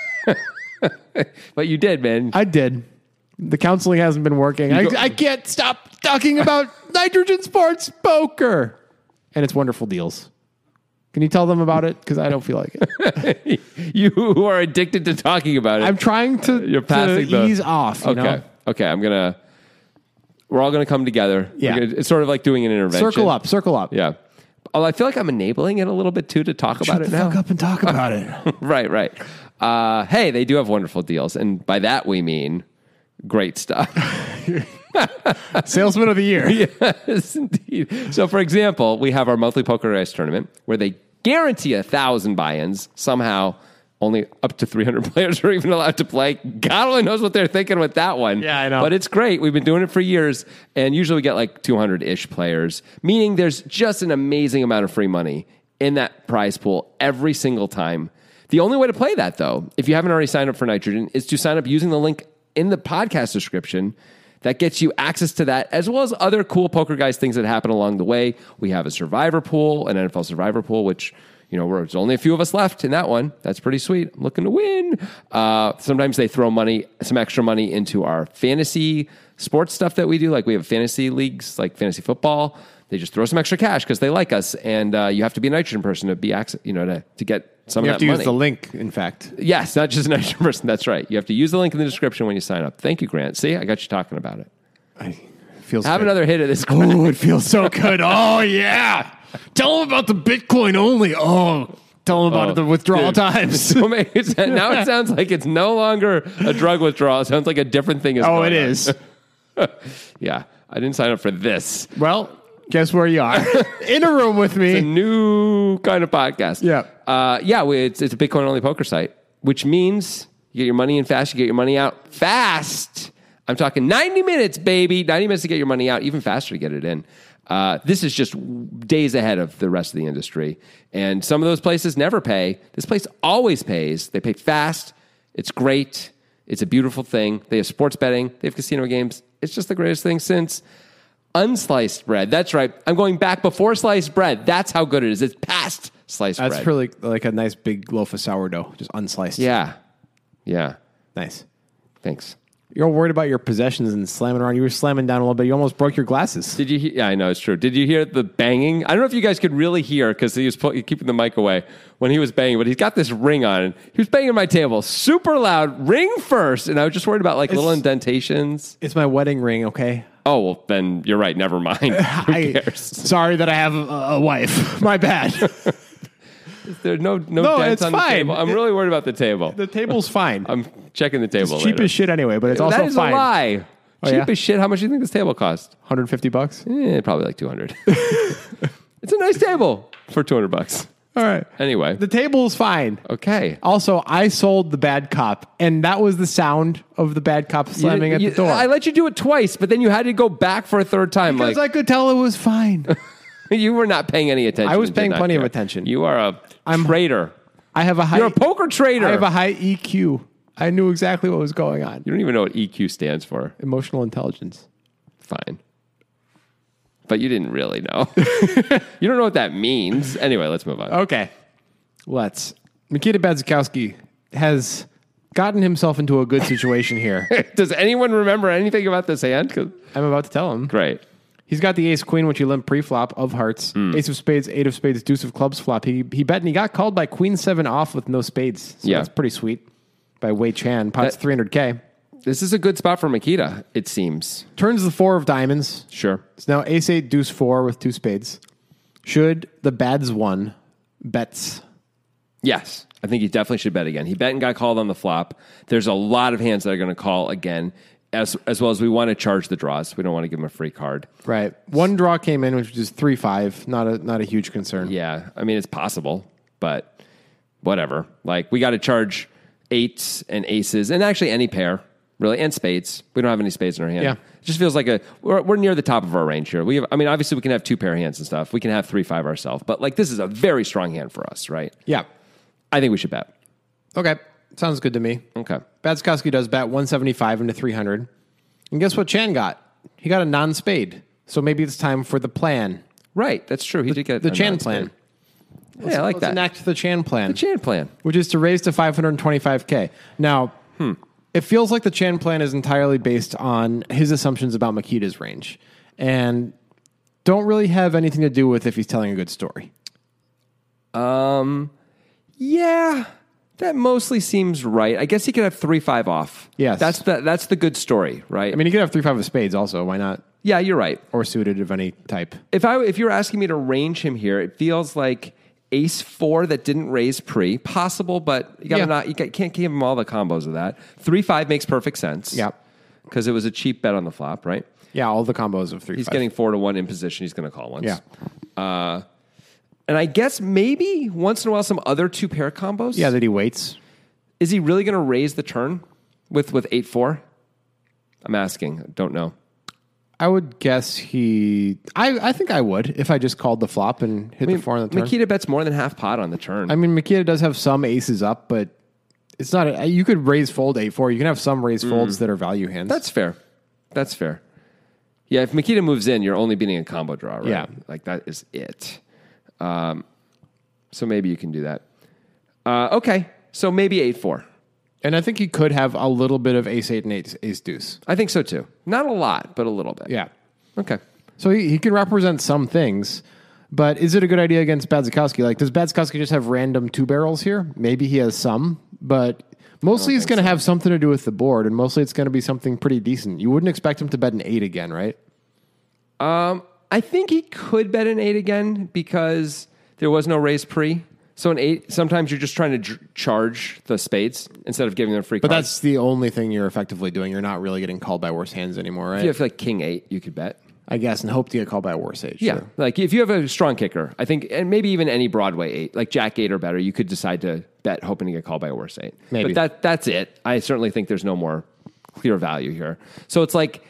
Speaker 1: it. But you did, man.
Speaker 3: I did. The counseling hasn't been working. I,
Speaker 1: go-
Speaker 3: I can't stop talking about Nitrogen Sports Poker and its wonderful deals. Can you tell them about it? Because I don't feel like it.
Speaker 1: you who are addicted to talking about it.
Speaker 3: I'm trying to,
Speaker 1: You're
Speaker 3: to
Speaker 1: passing the-
Speaker 3: ease off. You
Speaker 1: okay.
Speaker 3: Know?
Speaker 1: Okay. I'm going to, we're all going to come together. We're
Speaker 3: Yeah.
Speaker 1: gonna- it's sort of like doing an intervention.
Speaker 3: Circle up, circle up.
Speaker 1: Yeah. Although I feel like I'm enabling it a little bit too to talk about
Speaker 3: Shut
Speaker 1: it
Speaker 3: the
Speaker 1: now.
Speaker 3: fuck up and talk about it.
Speaker 1: right, right. Uh, hey, they do have wonderful deals, and by that we mean great stuff.
Speaker 3: Salesman of the year.
Speaker 1: yes, indeed. So, for example, we have our monthly poker race tournament where they guarantee a thousand buy-ins. Somehow, only up to 300 players are even allowed to play. God only knows what they're thinking with that one.
Speaker 3: Yeah, I know.
Speaker 1: But it's great. We've been doing it for years, and usually we get like 200-ish players, meaning there's just an amazing amount of free money in that prize pool every single time. The only way to play that, though, if you haven't already signed up for Nitrogen, is to sign up using the link in the podcast description that gets you access to that as well as other cool poker guys things that happen along the way we have a survivor pool an nfl survivor pool which you know there's only a few of us left in that one that's pretty sweet i'm looking to win uh, sometimes they throw money some extra money into our fantasy sports stuff that we do like we have fantasy leagues like fantasy football they just throw some extra cash because they like us and uh, you have to be a nitrogen person to be access you know to, to get some
Speaker 3: You
Speaker 1: of
Speaker 3: have
Speaker 1: that
Speaker 3: to
Speaker 1: money
Speaker 3: use the link, in fact.
Speaker 1: yes not just an extra person that's right you have to use the link in the description when you sign up thank you grant see i got you talking about it
Speaker 3: I feels
Speaker 1: have
Speaker 3: good.
Speaker 1: another hit at this
Speaker 3: Oh, it feels so good. Oh yeah. Tell them about the Bitcoin only. Oh, tell them about
Speaker 1: Oh,
Speaker 3: the withdrawal
Speaker 1: dude.
Speaker 3: times.
Speaker 1: Don't make it sound- now it sounds like it's no longer a drug withdrawal. It sounds like a different thing is
Speaker 3: oh,
Speaker 1: going
Speaker 3: it
Speaker 1: on.
Speaker 3: is.
Speaker 1: Yeah. I didn't sign up for this.
Speaker 3: Well, guess where you are in a room with
Speaker 1: A
Speaker 3: me.
Speaker 1: new kind of podcast.
Speaker 3: Yeah.
Speaker 1: Uh, yeah. we- It's, it's a Bitcoin only poker site, which means you get your money in fast, you get your money out fast. I'm talking 90 minutes, baby. 90 minutes to get your money out, even faster to get it in. Uh, this is just days ahead of the rest of the industry. And some of those places never pay. This place always pays. They pay fast. It's great. It's a beautiful thing. They have sports betting, they have casino games. It's just the greatest thing since unsliced bread. That's right. I'm going back before sliced bread. That's how good it is. It's past sliced
Speaker 3: That's
Speaker 1: bread.
Speaker 3: really like a nice big loaf of sourdough, just unsliced.
Speaker 1: yeah. Yeah.
Speaker 3: nice.
Speaker 1: Thanks.
Speaker 3: You're all worried about your possessions and slamming around. You were slamming down a little bit. You almost broke your glasses.
Speaker 1: Did you hear? Yeah, I know it's true. Did you hear the banging? I don't know if you guys could really hear because he was pu- keeping the mic away when he was banging, but he's got this ring on. He was banging my table super loud, ring first. And I was just worried about like little indentations.
Speaker 3: It's my wedding ring, okay?
Speaker 1: Oh, well, then you're right. Never mind. Who
Speaker 3: I,
Speaker 1: cares?
Speaker 3: sorry that I have a, a wife. My bad.
Speaker 1: There's no, no,
Speaker 3: No,
Speaker 1: dents
Speaker 3: it's
Speaker 1: on the
Speaker 3: fine.
Speaker 1: table. I'm really worried about the table.
Speaker 3: the table's fine.
Speaker 1: I'm checking the table.
Speaker 3: cheap
Speaker 1: later.
Speaker 3: as shit anyway, but it's also
Speaker 1: that is
Speaker 3: fine. Oh,
Speaker 1: a lie. Cheap
Speaker 3: yeah?
Speaker 1: as shit. How much do you think this table cost?
Speaker 3: 150 bucks.
Speaker 1: Eh, probably like 200. it's a nice table for 200 bucks.
Speaker 3: All right.
Speaker 1: Anyway.
Speaker 3: The table's fine.
Speaker 1: Okay.
Speaker 3: Also, I sold the bad cop, and that was the sound of the bad cop slamming
Speaker 1: You-
Speaker 3: at
Speaker 1: you-
Speaker 3: the door.
Speaker 1: I let you do it twice, but then you had to go back for a third time.
Speaker 3: because
Speaker 1: Like,
Speaker 3: I could tell it was fine.
Speaker 1: you were not paying any attention.
Speaker 3: I was
Speaker 1: and did
Speaker 3: paying
Speaker 1: not
Speaker 3: plenty of
Speaker 1: care.
Speaker 3: attention.
Speaker 1: You are a
Speaker 3: I'm-
Speaker 1: traitor.
Speaker 3: I have a high.
Speaker 1: You're a poker trader.
Speaker 3: I have a high EQ. I knew exactly what was going on.
Speaker 1: you don't even know what EQ stands for.
Speaker 3: Emotional intelligence.
Speaker 1: Fine. But you didn't really know. you don't know what that means. Anyway, let's move on.
Speaker 3: Okay, let's. Nikita Badzikowski has gotten himself into a good situation here.
Speaker 1: Does anyone remember anything about this hand? 'Cause-
Speaker 3: I'm about to tell him.
Speaker 1: Great.
Speaker 3: He's got the ace queen, which he limped pre-flop of hearts,
Speaker 1: Hmm.
Speaker 3: ace of spades, eight of spades, deuce of clubs flop. He he bet and he got called by queen seven off with no spades. So
Speaker 1: Yeah.
Speaker 3: that's pretty sweet by Wei Chan. Pots
Speaker 1: That-
Speaker 3: three hundred k.
Speaker 1: This is a good spot for Makita, it seems.
Speaker 3: Turns the four of diamonds.
Speaker 1: Sure.
Speaker 3: It's now ace eight deuce four with two spades. Should the bads one bets?
Speaker 1: Yes. I think he definitely should bet again. He bet and got called on the flop. There's a lot of hands that are going to call again. as as well as we want to charge the draws. We don't want to give them a free card.
Speaker 3: Right. One draw came in, which was three five. Not a not a huge concern.
Speaker 1: Yeah, I mean it's possible, but whatever. Like we got to charge eights and aces, and actually any pair really, and spades. We don't have any spades in our hand.
Speaker 3: Yeah.
Speaker 1: it just feels like a we're, we're near the top of our range here. We have, I mean, obviously we can have two pair hands and stuff. We can have three five ourselves, but like this is a very strong hand for us, right?
Speaker 3: Yeah.
Speaker 1: I think we should bet.
Speaker 3: Okay. Sounds good to me.
Speaker 1: Okay,
Speaker 3: Batskowski does bat 175 into 300. And guess what Chan got? He got a non spade. So maybe it's time for the plan.
Speaker 1: right. That's true. He did get
Speaker 3: The
Speaker 1: a
Speaker 3: Chan
Speaker 1: non-spade.
Speaker 3: plan.
Speaker 1: Yeah, I like
Speaker 3: Let's
Speaker 1: that.
Speaker 3: enact the Chan plan,
Speaker 1: the Chan plan.
Speaker 3: which is to raise to 525K. Now,
Speaker 1: Hmm.
Speaker 3: it feels like the Chan plan is entirely based on his assumptions about Makita's range and don't really have anything to do with if he's telling a good story.
Speaker 1: Um, Yeah, that mostly seems right. I guess he could have three five off.
Speaker 3: Yes.
Speaker 1: that's the that's the good story, right?
Speaker 3: I mean, he could have 3 5 of spades also. Why not?
Speaker 1: yeah, you're right.
Speaker 3: Or suited of any type.
Speaker 1: If I if you're asking me to range him here, it feels like ace four that didn't raise pre possible, but you gotta
Speaker 3: Yeah.
Speaker 1: not you ca- can't give him all the combos of that. Three five makes perfect sense.
Speaker 3: Yep.
Speaker 1: because it was a cheap bet on the flop, right?
Speaker 3: Yeah, all the combos of 3
Speaker 1: He's getting four to one in position. He's going to call once.
Speaker 3: Yeah.
Speaker 1: Uh, and I guess maybe once in a while some other two pair combos.
Speaker 3: Yeah, that he waits.
Speaker 1: Is he really going to raise the turn with with eight four? I'm asking. Don't know.
Speaker 3: I would guess he. I, I think I would if I just called the flop and hit the four on the turn.
Speaker 1: Makita bets more than half pot on the turn.
Speaker 3: I mean, Makita does have some aces up, but it's not. A, you could raise fold eight four. You can have some raise folds that are value hands.
Speaker 1: That's fair. That's fair. Yeah, if Makita moves in, you're only beating a combo draw, right?
Speaker 3: Yeah.
Speaker 1: Like that is it. Um, so maybe you can do that. Uh, okay. So maybe 8 4.
Speaker 3: and I think he could have a little bit of ace eight and ace, ace deuce.
Speaker 1: I think so too. Not a lot, but a little bit.
Speaker 3: Yeah,
Speaker 1: Okay.
Speaker 3: so he, he can represent some things. But is it a good idea against Badzikowski? Like, does Badzikowski just have random two barrels here? Maybe he has some, but mostly it's going to have something to do with the board, and mostly it's going to be something pretty decent. You wouldn't expect him to bet an eight again, right?
Speaker 1: I think he could bet an 8 again because there was no raise pre. So an 8, sometimes you're just trying to dr- charge the spades instead of giving them free
Speaker 3: But that's the only thing you're effectively doing. You're not really getting called by worse hands anymore, right?
Speaker 1: If you have like King 8, you could bet.
Speaker 3: I guess, and hope to get called by a worse age.
Speaker 1: Yeah,
Speaker 3: sure.
Speaker 1: like if you have a strong kicker, I think, and maybe even any Broadway eight, like Jack eight or better, you could decide to bet hoping to get called by a worse eight. but
Speaker 3: Maybe.
Speaker 1: that that's it. I certainly think there's no more clear value here. So it's like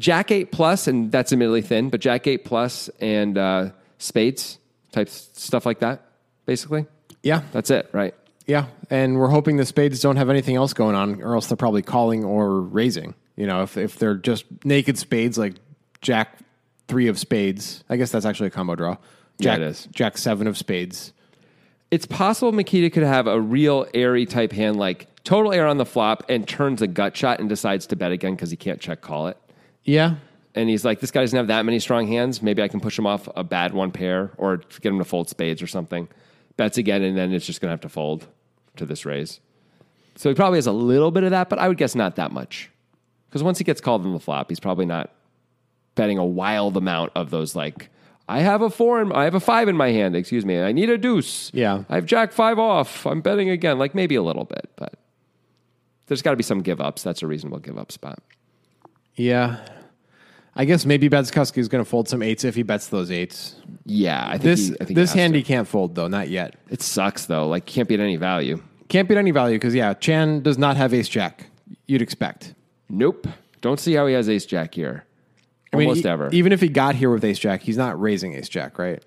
Speaker 1: Jack eight plus, and that's admittedly thin, but Jack eight plus and uh, spades type s- stuff like that, basically.
Speaker 3: Yeah.
Speaker 1: That's it, right?
Speaker 3: Yeah. And we're hoping the spades don't have anything else going on, or else they're probably calling or raising. You know, if, if they're just naked spades, like Jack three of spades, I guess that's actually a combo draw.
Speaker 1: Yeah,
Speaker 3: Jack,
Speaker 1: it is.
Speaker 3: Jack seven of spades.
Speaker 1: It's possible Makita could have a real airy type hand, like total air on the flop, and turns a gut shot and decides to bet again because he can't check call it.
Speaker 3: Yeah.
Speaker 1: and he's like, this guy doesn't have that many strong hands. Maybe I can push him off a bad one pair or get him to fold spades or something. Bets again, and then it's just going to have to fold to this raise. So he probably has a little bit of that, but I would guess not that much. Because once he gets called on the flop, he's probably not betting a wild amount of those like, I have a four and I have a five in my hand. Excuse me. I need a deuce.
Speaker 3: Yeah.
Speaker 1: I have jack five off. I'm betting again. Like maybe a little bit, but there's got to be some give ups. That's a reasonable give up spot.
Speaker 3: Yeah. I guess maybe Badzikowski is going to fold some eights if he bets those eights.
Speaker 1: Yeah. I think
Speaker 3: This
Speaker 1: he- I think he
Speaker 3: this
Speaker 1: has
Speaker 3: hand
Speaker 1: to.
Speaker 3: he can't fold though, not yet.
Speaker 1: It sucks though. Like can't be at any value.
Speaker 3: Can't beat any value because yeah, Chan does not have ace jack. You'd expect.
Speaker 1: Nope. Don't see how he has ace jack here.
Speaker 3: I mean,
Speaker 1: Almost
Speaker 3: e-
Speaker 1: ever.
Speaker 3: Even if he got here with ace jack, he's not raising ace jack, right?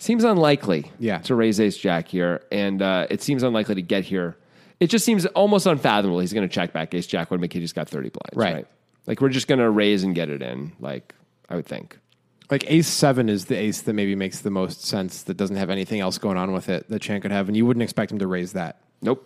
Speaker 1: seems unlikely
Speaker 3: Yeah.
Speaker 1: to raise ace jack here. And uh, it seems unlikely to get here. It just seems almost unfathomable. He's going to check back ace jack when McKitty's got 30 blinds. Right.
Speaker 3: Right.
Speaker 1: Like we're just going to raise and get it in. Like I would think.
Speaker 3: Like ace seven is the ace that maybe makes the most sense that doesn't have anything else going on with it that Chan could have, and you wouldn't expect him to raise that.
Speaker 1: Nope.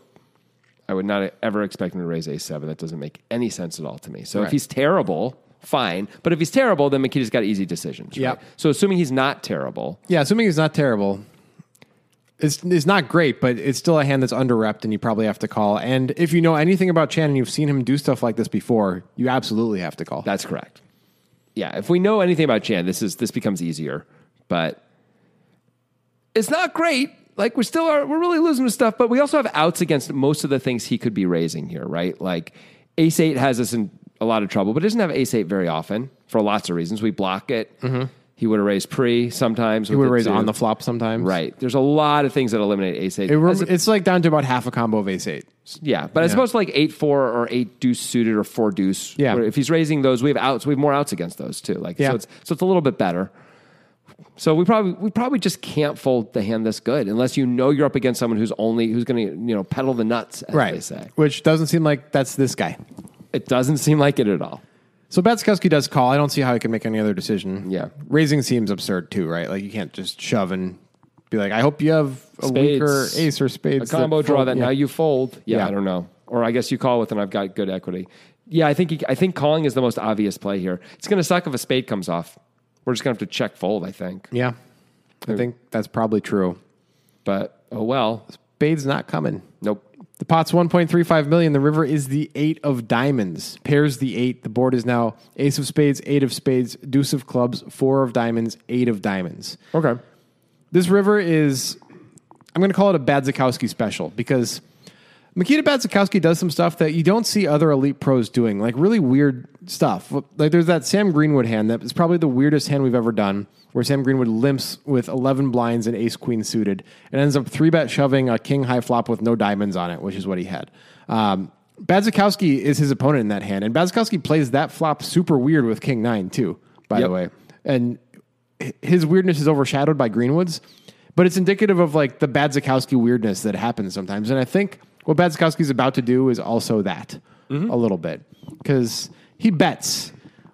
Speaker 1: I would not ever expect him to raise ace seven. That doesn't make any sense at all to me. So if
Speaker 3: Right.
Speaker 1: he's terrible, fine. But if he's terrible, then McKitty's got easy decisions. right?
Speaker 3: Yep.
Speaker 1: So assuming he's not terrible,
Speaker 3: Yeah, assuming he's not terrible. It's, it's not great, but it's still a hand that's underrepped, and you probably have to call. And if you know anything about Chan and you've seen him do stuff like this before, you absolutely have to call.
Speaker 1: That's correct. Yeah, if we know anything about Chan, this is this becomes easier. But it's not great. Like we're still are we're really losing with stuff, but we also have outs against most of the things he could be raising here, right? Like Ace Eight has us in a lot of trouble, but he doesn't have ace eight very often for lots of reasons. We block it. He would have raised pre sometimes.
Speaker 3: Mm-hmm. He would raise on the flop sometimes.
Speaker 1: Right. There's a lot of things that eliminate ace eight.
Speaker 3: It rem-
Speaker 1: As a-
Speaker 3: it's like down to about half a combo of ace eight.
Speaker 1: yeah, but I suppose like eight four or eight deuce suited or four deuce.
Speaker 3: Yeah.
Speaker 1: where if he's raising those, we have outs. We have more outs against those too. Like
Speaker 3: Yeah.
Speaker 1: so, it's so it's a little bit better. So we probably we probably just can't fold the hand this good unless you know you're up against someone who's only who's going to you know pedal the nuts as they say.
Speaker 3: Which doesn't seem like that's this guy.
Speaker 1: It doesn't seem like it at all.
Speaker 3: So Batskowski does call. I don't see how he can make any other decision.
Speaker 1: Yeah.
Speaker 3: Raising seems absurd too, right? Like you can't just shove and be like, I hope you have a
Speaker 1: Spades.
Speaker 3: weaker ace or spades.
Speaker 1: a combo
Speaker 3: that
Speaker 1: draw
Speaker 3: fold-
Speaker 1: that
Speaker 3: yeah.
Speaker 1: now you fold. Yeah,
Speaker 3: Yeah.
Speaker 1: I don't know. Or I guess you call with and I've got good equity. Yeah, I think he, I think calling is the most obvious play here. It's going to suck if a spade comes off. We're just going to have to check fold, I think.
Speaker 3: Yeah. I think that's probably true.
Speaker 1: But oh well.
Speaker 3: Spades not coming.
Speaker 1: Nope.
Speaker 3: The pot's 1.35 million. The river is the eight of diamonds. Pairs the eight. The board is now ace of spades, eight of spades, deuce of clubs, four of diamonds, eight of diamonds.
Speaker 1: Okay.
Speaker 3: This river is, I'm going to call it a Badzikowski special because Makita Badzikowski does some stuff that you don't see other elite pros doing, like really weird stuff. Like there's that Sam Greenwood hand that is probably the weirdest hand we've ever done, where Sam Greenwood limps with 11 blinds and ace queen suited and ends up three bet shoving a king high flop with no diamonds on it, which is what he had. Um, Badzikowski is his opponent in that hand, and Badzikowski plays that flop super weird with king nine, too, by
Speaker 1: Yep.
Speaker 3: the way. And his weirdness is overshadowed by Greenwood's, but it's indicative of like the Badzikowski weirdness that happens sometimes. And I think what Badzikowski's about to do is also that
Speaker 1: Mm-hmm.
Speaker 3: a little bit because he bets,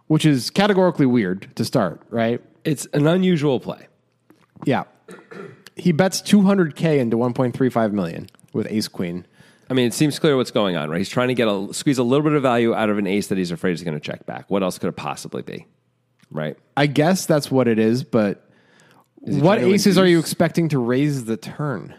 Speaker 3: which is categorically weird to start, right?
Speaker 1: It's an unusual play.
Speaker 3: Yeah. He bets 200K into 1.35 million with ace queen.
Speaker 1: I mean, it seems clear what's going on, right? He's trying to get a squeeze a little bit of value out of an ace that he's afraid is going to check back. What else could it possibly be? Right?
Speaker 3: I guess that's what it is, but what
Speaker 1: trying to
Speaker 3: aces are you
Speaker 1: induce-
Speaker 3: expecting to raise the turn?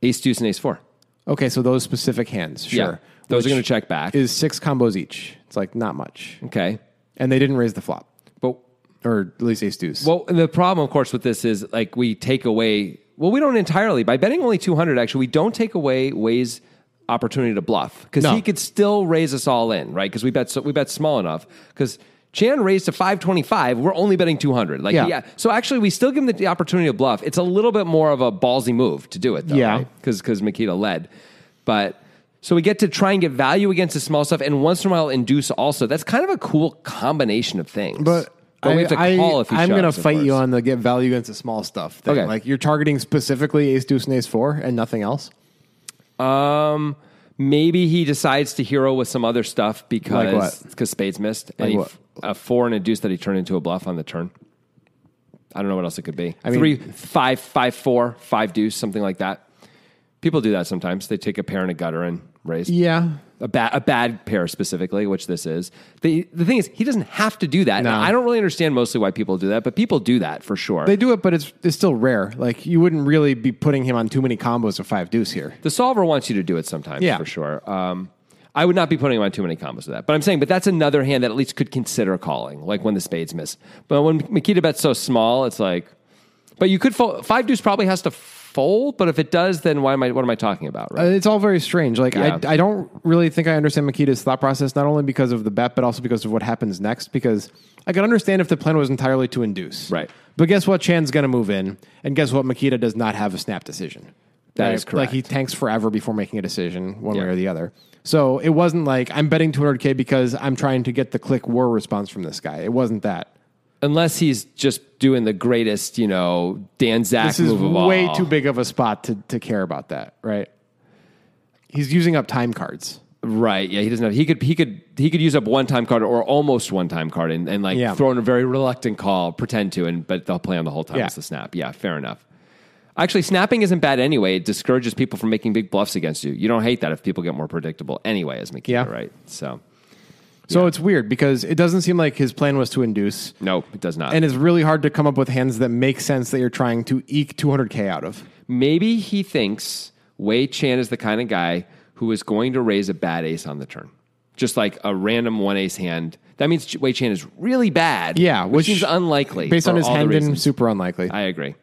Speaker 1: Ace deuce and ace four.
Speaker 3: Okay, so those specific hands, sure.
Speaker 1: Yeah. Those
Speaker 3: Which
Speaker 1: are going to check back.
Speaker 3: Is six combos each. It's like not much.
Speaker 1: okay.
Speaker 3: and they didn't raise the flop,
Speaker 1: But
Speaker 3: or at least ace deuce.
Speaker 1: Well, the problem, of course, with this is like we take away. Well, we don't entirely by betting only two hundred. Actually, we don't take away Way's opportunity to bluff because
Speaker 3: No.
Speaker 1: he could still raise us all in, right? Because we bet so, we bet small enough because. Chan raised to 525. We're only betting 200. Like,
Speaker 3: Yeah.
Speaker 1: yeah. So actually, we still give him the, the opportunity to bluff. It's a little bit more of a ballsy move to do it, though.
Speaker 3: Yeah.
Speaker 1: Because Makita led. But so we get to try and get value against the small stuff and once in a while induce also. That's kind of a cool combination of things.
Speaker 3: but
Speaker 1: But we have to call if he
Speaker 3: I'm
Speaker 1: shoves,
Speaker 3: gonna
Speaker 1: of
Speaker 3: fight you
Speaker 1: course.
Speaker 3: on the get value against the small stuff. Thing.
Speaker 1: Okay.
Speaker 3: like you're targeting specifically ace deuce and ace four and nothing else.
Speaker 1: Um, maybe he decides to hero with some other stuff because
Speaker 3: what?
Speaker 1: because spades missed and
Speaker 3: Like
Speaker 1: he
Speaker 3: what?
Speaker 1: f- a four and a deuce that he turned into a bluff on the turn. I don't know what else it could be.
Speaker 3: mean-
Speaker 1: Three, five, five, four, five deuce, something like that. People do that sometimes. They take a pair and a gutter and raise
Speaker 3: Yeah,
Speaker 1: a bad a bad pair specifically, which this is. the The thing is, he doesn't have to do that. And
Speaker 3: No.
Speaker 1: I don't really understand mostly why people do that, but people do that for sure.
Speaker 3: they do it, but it's it's still rare. Like you wouldn't really be putting him on too many combos of five deuce here.
Speaker 1: The solver wants you to do it sometimes,
Speaker 3: Yeah.
Speaker 1: for sure. Um, I would not be putting him on too many combos with that. But I'm saying, but that's another hand that at least could consider calling, like when the spades miss. But when Makita bet's so small, it's like, but you could fold. Five deuce probably has to fold, but if it does, then why am I, what am I talking about,
Speaker 3: Uh,
Speaker 1: right?
Speaker 3: It's all very strange. Like
Speaker 1: Yeah.
Speaker 3: I, I don't really think I understand Makita's thought process, not only because of the bet, but also because of what happens next. Because I can understand if the plan was entirely to induce,
Speaker 1: Right.
Speaker 3: But guess what? Chan's going to move in, and guess what? Makita does not have a snap decision.
Speaker 1: That
Speaker 3: That is
Speaker 1: is correct.
Speaker 3: Like he tanks forever before making a decision, one way
Speaker 1: Yeah.
Speaker 3: or the other. So it wasn't like I'm betting 200k because I'm trying to get the click war response from this guy. It wasn't that.
Speaker 1: Unless he's just doing the greatest, you know, Dan Zach
Speaker 3: This is
Speaker 1: move of all.
Speaker 3: way too big of a spot to to care about that, right? He's using up time cards.
Speaker 1: Right. Yeah. He doesn't have. He could. He could. He could use up one time card or almost one time card and, and like
Speaker 3: Yeah.
Speaker 1: throw in a very reluctant call, pretend to, and but they'll play on the whole time.
Speaker 3: Yeah.
Speaker 1: It's the snap. Yeah. Fair enough. Actually, snapping isn't bad anyway. It discourages people from making big bluffs against you. You don't hate that if people get more predictable anyway, as Makita,
Speaker 3: Yeah.
Speaker 1: right? So,
Speaker 3: So it's weird because it doesn't seem like his plan was to induce,
Speaker 1: no, it does not.
Speaker 3: and it's really hard to come up with hands that make sense that you're trying to eke 200k out of.
Speaker 1: maybe he thinks Wei Chan is the kind of guy who is going to raise a bad ace on the turn, just like a random one ace hand. That means Wei Chan is really bad.
Speaker 3: Yeah,
Speaker 1: which,
Speaker 3: which-
Speaker 1: seems unlikely
Speaker 3: Based
Speaker 1: for
Speaker 3: on his
Speaker 1: all the
Speaker 3: hand and
Speaker 1: reasons.
Speaker 3: super unlikely.
Speaker 1: I agree.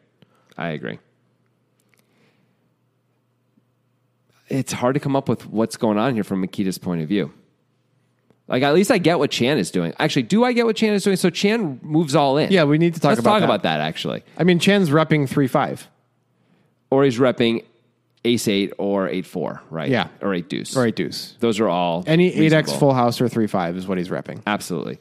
Speaker 1: I agree. It's hard to come up with what's going on here from Makita's point of view. Like at least I get what Chan is doing. Actually, do I get what Chan is doing? So Chan moves all in.
Speaker 3: Yeah, we need to talk
Speaker 1: Let's
Speaker 3: about
Speaker 1: talk
Speaker 3: that.
Speaker 1: about that actually.
Speaker 3: I mean, Chan's repping three five
Speaker 1: Or he's repping ace eight or eight four, right?
Speaker 3: Yeah.
Speaker 1: Or eight deuce.
Speaker 3: or eight deuce.
Speaker 1: Those are all
Speaker 3: Any eight X
Speaker 1: reasonable.
Speaker 3: full house or three five is what he's repping.
Speaker 1: Absolutely.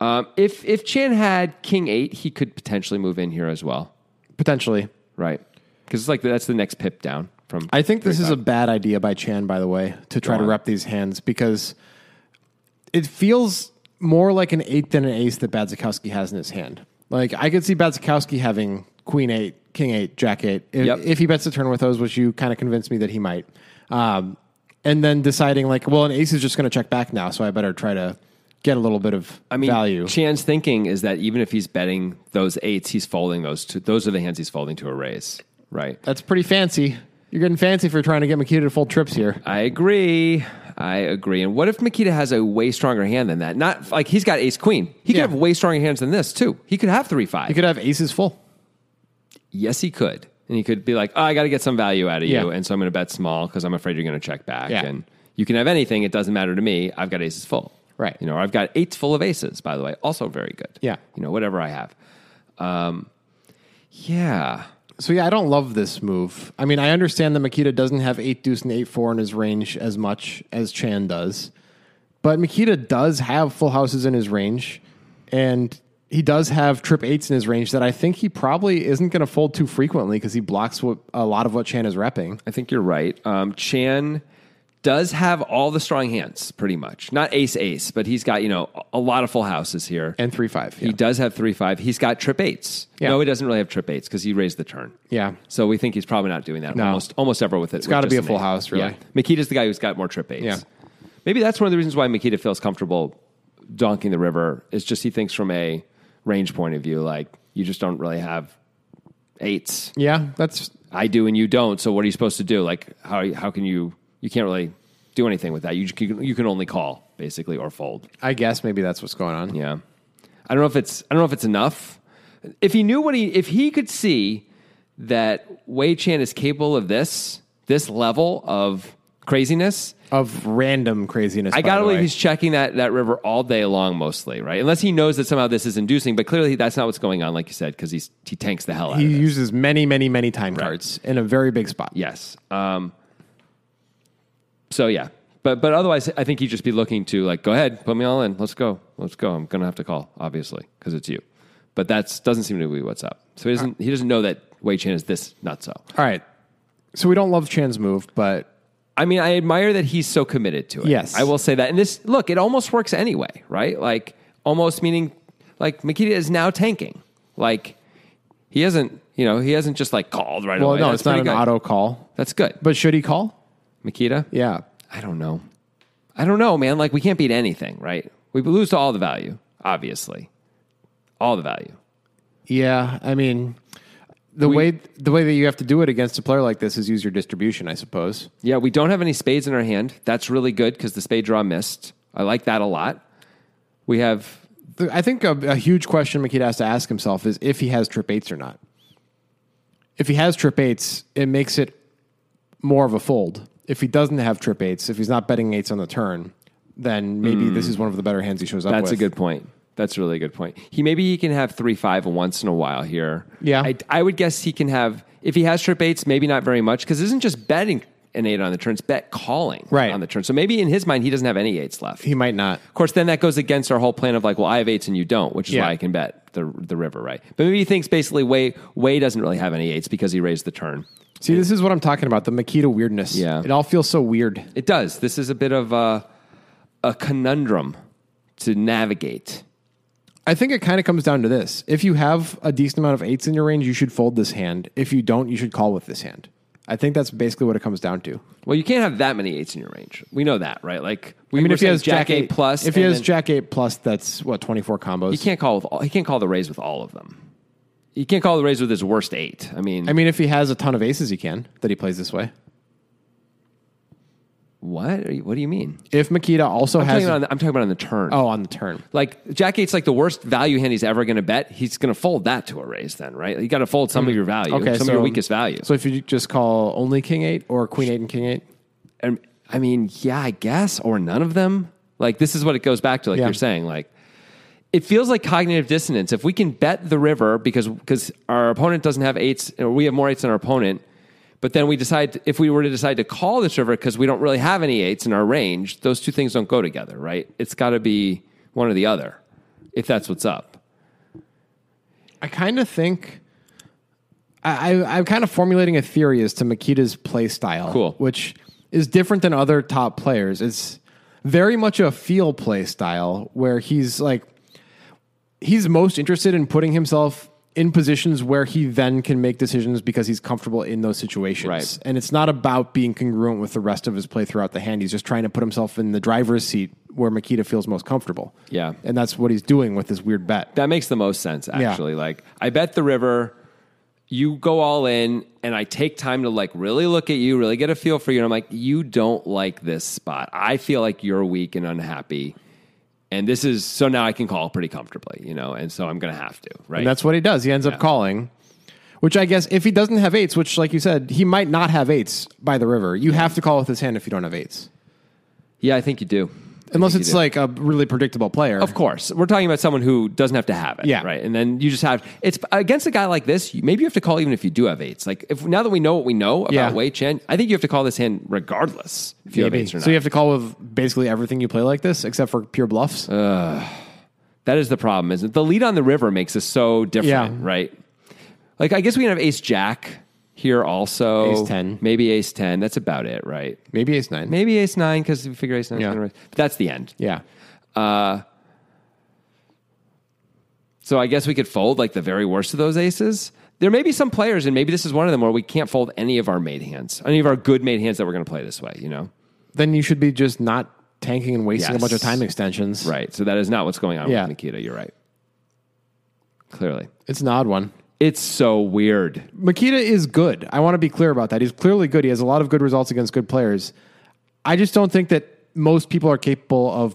Speaker 1: Um, if if Chan had king eight, he could potentially move in here as well,
Speaker 3: Potentially.
Speaker 1: right? Because it's like the, that's the next pip down from.
Speaker 3: I think this is a bad idea by Chan, by the way, to try
Speaker 1: Go
Speaker 3: to
Speaker 1: on.
Speaker 3: rep these hands because it feels more like an eight than an ace that Badzikowski has in his hand. Like I could see Badzikowski having queen eight, king eight, jack eight, if,
Speaker 1: Yep.
Speaker 3: if he bets the turn with those, which you kind of convinced me that he might. Um, and then deciding like, well, an ace is just going to check back now, so I better try to get a little bit of
Speaker 1: I mean,
Speaker 3: value.
Speaker 1: Chan's thinking is that even if he's betting those eights, he's folding those two. Those are the hands he's folding to a raise, right?
Speaker 3: That's pretty fancy. You're getting fancy for trying to get Makita to fold trips here.
Speaker 1: I agree. I agree. And what if Makita has a way stronger hand than that? Not like he's got ace queen. He could
Speaker 3: Yeah.
Speaker 1: have way stronger hands than this too. He could have three five.
Speaker 3: You could have aces full.
Speaker 1: yes, he could. And he could be like, oh, I got to get some value out of you.
Speaker 3: Yeah.
Speaker 1: And so I'm going to bet small because I'm afraid you're going to check back.
Speaker 3: Yeah.
Speaker 1: And you can have anything. It doesn't matter to me. I've got aces full.
Speaker 3: Right.
Speaker 1: You know, or I've got eights full of aces, by the way. Also very good.
Speaker 3: Yeah.
Speaker 1: You know, whatever I have. Um, yeah.
Speaker 3: So yeah, I don't love this move. I mean, I understand that Makita doesn't have eight deuce and eight four in his range as much as Chan does, but Makita does have full houses in his range, and he does have trip eights in his range that I think he probably isn't going to fold too frequently because he blocks what, a lot of what Chan is repping.
Speaker 1: I think you're right. Um, Chan does have all the strong hands, pretty much. Not ace ace, but he's got you know a lot of full houses here.
Speaker 3: And three five, yeah.
Speaker 1: he does have three five. He's got trip eights.
Speaker 3: Yeah.
Speaker 1: No, he doesn't really have trip eights because he raised the turn.
Speaker 3: Yeah.
Speaker 1: So we think he's probably not doing that
Speaker 3: No.
Speaker 1: almost almost ever with it. It's
Speaker 3: gotta be a full house, really.
Speaker 1: Makita's the guy who's got more trip eights.
Speaker 3: Yeah.
Speaker 1: Maybe that's one of the reasons why Makita feels comfortable donking the river. Is just he thinks from a range point of view, like you just don't really have eights.
Speaker 3: Yeah, that's
Speaker 1: I do and you don't. So what are you supposed to do? Like how how can you you can't really do anything with that. You can, you can only call basically or fold.
Speaker 3: I guess maybe that's what's going on.
Speaker 1: Yeah. I don't know if it's I don't know if it's enough. If he knew what he if he could see that Wei Chan is capable of this this level of craziness,
Speaker 3: Of random craziness.
Speaker 1: I
Speaker 3: by
Speaker 1: gotta
Speaker 3: the
Speaker 1: believe
Speaker 3: way.
Speaker 1: he's checking that that river all day long, mostly right. Unless he knows that somehow this is inducing, but clearly that's not what's going on, like you said, because he's he tanks the hell out.
Speaker 3: he
Speaker 1: of it.
Speaker 3: uses many, many, many time cards in a very big spot.
Speaker 1: Yes. Um, so yeah, but but otherwise, I think he'd just be looking to like, go ahead, put me all in. Let's go, let's go. I'm gonna have to call, obviously, because it's you. But that's doesn't seem to be what's up. So he doesn't he doesn't know that Wei Chan is this not so.
Speaker 3: All right. So we don't love Chan's move, but
Speaker 1: I mean, I admire that he's so committed to it.
Speaker 3: Yes.
Speaker 1: I will say that. And this look, it almost works anyway, right? Like almost meaning like Makita is now tanking. Like he hasn't, you know, he hasn't just like called right
Speaker 3: well,
Speaker 1: away.
Speaker 3: no,
Speaker 1: That's
Speaker 3: it's not an
Speaker 1: pretty good.
Speaker 3: auto call.
Speaker 1: That's good.
Speaker 3: But should he call?
Speaker 1: Makita,
Speaker 3: Yeah.
Speaker 1: I don't know. I don't know, man. Like we can't beat anything, right? We lose to all the value, obviously. All the value.
Speaker 3: Yeah. I mean, the way the way that you have to do it against a player like this is use your distribution, I suppose.
Speaker 1: Yeah, we don't have any spades in our hand. That's really good because the spade draw missed. I like that a lot. We have
Speaker 3: The- I think a, a huge question Makita has to ask himself is if he has trip eights or not. If he has trip eights, it makes it more of a fold. If he doesn't have trip eights, if he's not betting eights on the turn, then maybe this is one of the better hands he shows up
Speaker 1: that's
Speaker 3: with.
Speaker 1: a good point. That's a really good point. He maybe he can have three five once in a while here.
Speaker 3: Yeah.
Speaker 1: I, I would guess he can have if he has trip eights, maybe not very much because it isn't just betting an eight on the turn; it's bet calling
Speaker 3: Right.
Speaker 1: on the turn. So maybe in his mind he doesn't have any eights left.
Speaker 3: He might not.
Speaker 1: Of course, then that goes against our whole plan of like, well, I have eights and you don't, which is
Speaker 3: Yeah.
Speaker 1: why I can bet the the river, right? But maybe he thinks basically Way Way doesn't really have any eights because he raised the turn.
Speaker 3: See, this is what I'm talking about the Makita weirdness.
Speaker 1: Yeah.
Speaker 3: It all feels so weird.
Speaker 1: It does. This is a bit of a a conundrum to navigate.
Speaker 3: I think it kind of comes down to this. If you have a decent amount of eights in your range, you should fold this hand. If you don't, you should call with this hand. I think that's basically what it comes down to.
Speaker 1: Well, you can't have that many eights in your range. We know that, right? Like, we
Speaker 3: I mean,
Speaker 1: were
Speaker 3: if he
Speaker 1: saying
Speaker 3: has jack eight
Speaker 1: plus,
Speaker 3: if he
Speaker 1: and
Speaker 3: has
Speaker 1: then-
Speaker 3: jack eight plus, that's what twenty four combos.
Speaker 1: he can't call with all, he can't call the raise with all of them. He can't call the raise with his worst eight. I mean,
Speaker 3: I mean, if he has a ton of aces, he can that he plays this way.
Speaker 1: what? Are you, what do you mean?
Speaker 3: If Makita also
Speaker 1: I'm talking,
Speaker 3: has
Speaker 1: about on the, I'm talking about on the turn.
Speaker 3: oh on the turn,
Speaker 1: Like Jack Eight's like the worst value hand he's ever going to bet. He's going to fold that to a raise, then, right? You got to fold some of your value,
Speaker 3: Mm. okay,
Speaker 1: some
Speaker 3: so
Speaker 1: of your weakest value.
Speaker 3: So if you just call only king eight or queen eight and king eight,
Speaker 1: and I mean, yeah, I guess, or none of them. Like this is what it goes back to, like
Speaker 3: Yeah.
Speaker 1: you're saying. Like it feels like cognitive dissonance. If we can bet the river because because our opponent doesn't have eights, or we have more eights than our opponent, but then we decide if we were to decide to call this river because we don't really have any eights in our range, those two things don't go together, right? It's got to be one or the other, if that's what's up.
Speaker 3: I kind of think I, I, I'm kind of formulating a theory as to Makita's play style,
Speaker 1: Cool.
Speaker 3: which is different than other top players. It's very much a feel play style where he's like he's most interested in putting himself in positions where he then can make decisions because he's comfortable in those situations.
Speaker 1: Right.
Speaker 3: And it's not about being congruent with the rest of his play throughout the hand. He's just trying to put himself in the driver's seat where Makita feels most comfortable.
Speaker 1: Yeah.
Speaker 3: And that's what he's doing with this weird bet.
Speaker 1: That makes the most sense, actually. Like, I bet the river, you go all in, and I take time to like really look at you, really get a feel for you. And I'm like, you don't like this spot. I feel like you're weak and unhappy. And this is so now I can call pretty comfortably, you know, and so I'm going to have to, right?
Speaker 3: And that's what he does. He ends up calling, which I guess if he doesn't have eights, which like you said, he might not have eights by the river. You have to call with his hand if you don't have eights,
Speaker 1: yeah, I think you do.
Speaker 3: unless
Speaker 1: you
Speaker 3: it's
Speaker 1: do.
Speaker 3: like a really predictable player.
Speaker 1: Of course. We're talking about someone who doesn't have to have it.
Speaker 3: Yeah.
Speaker 1: Right. And then you just have it's against a guy like this, you- maybe you have to call even if you do have eights. Like if now that we know what we know about
Speaker 3: Yeah.
Speaker 1: Wei Chen, I think you have to call this hand regardless if you have eights or not.
Speaker 3: So you have to call with basically everything you play like this, except for pure bluffs.
Speaker 1: Uh. That is the problem, isn't it? The lead on the river makes us so different,
Speaker 3: Yeah.
Speaker 1: right? Like, I guess we can have ace jack here also.
Speaker 3: Ace 10.
Speaker 1: Maybe ace 10. That's about it, right?
Speaker 3: Maybe ace nine.
Speaker 1: Maybe ace 9 because we figure ace 9
Speaker 3: Yeah.
Speaker 1: is going to But that's the end.
Speaker 3: Yeah,
Speaker 1: So I guess we could fold like the very worst of those aces. There may be some players, and maybe this is one of them, where we can't fold any of our made hands, any of our good made hands that we're going to play this way, you know?
Speaker 3: then you should be just not tanking and wasting
Speaker 1: Yes.
Speaker 3: a bunch of time extensions.
Speaker 1: Right. So that is not what's going on
Speaker 3: Yeah.
Speaker 1: with Nikita. You're right. Clearly.
Speaker 3: It's an odd one.
Speaker 1: It's so weird.
Speaker 3: Makita is good. I want to be clear about that. He's clearly good. He has a lot of good results against good players. I just don't think that most people are capable of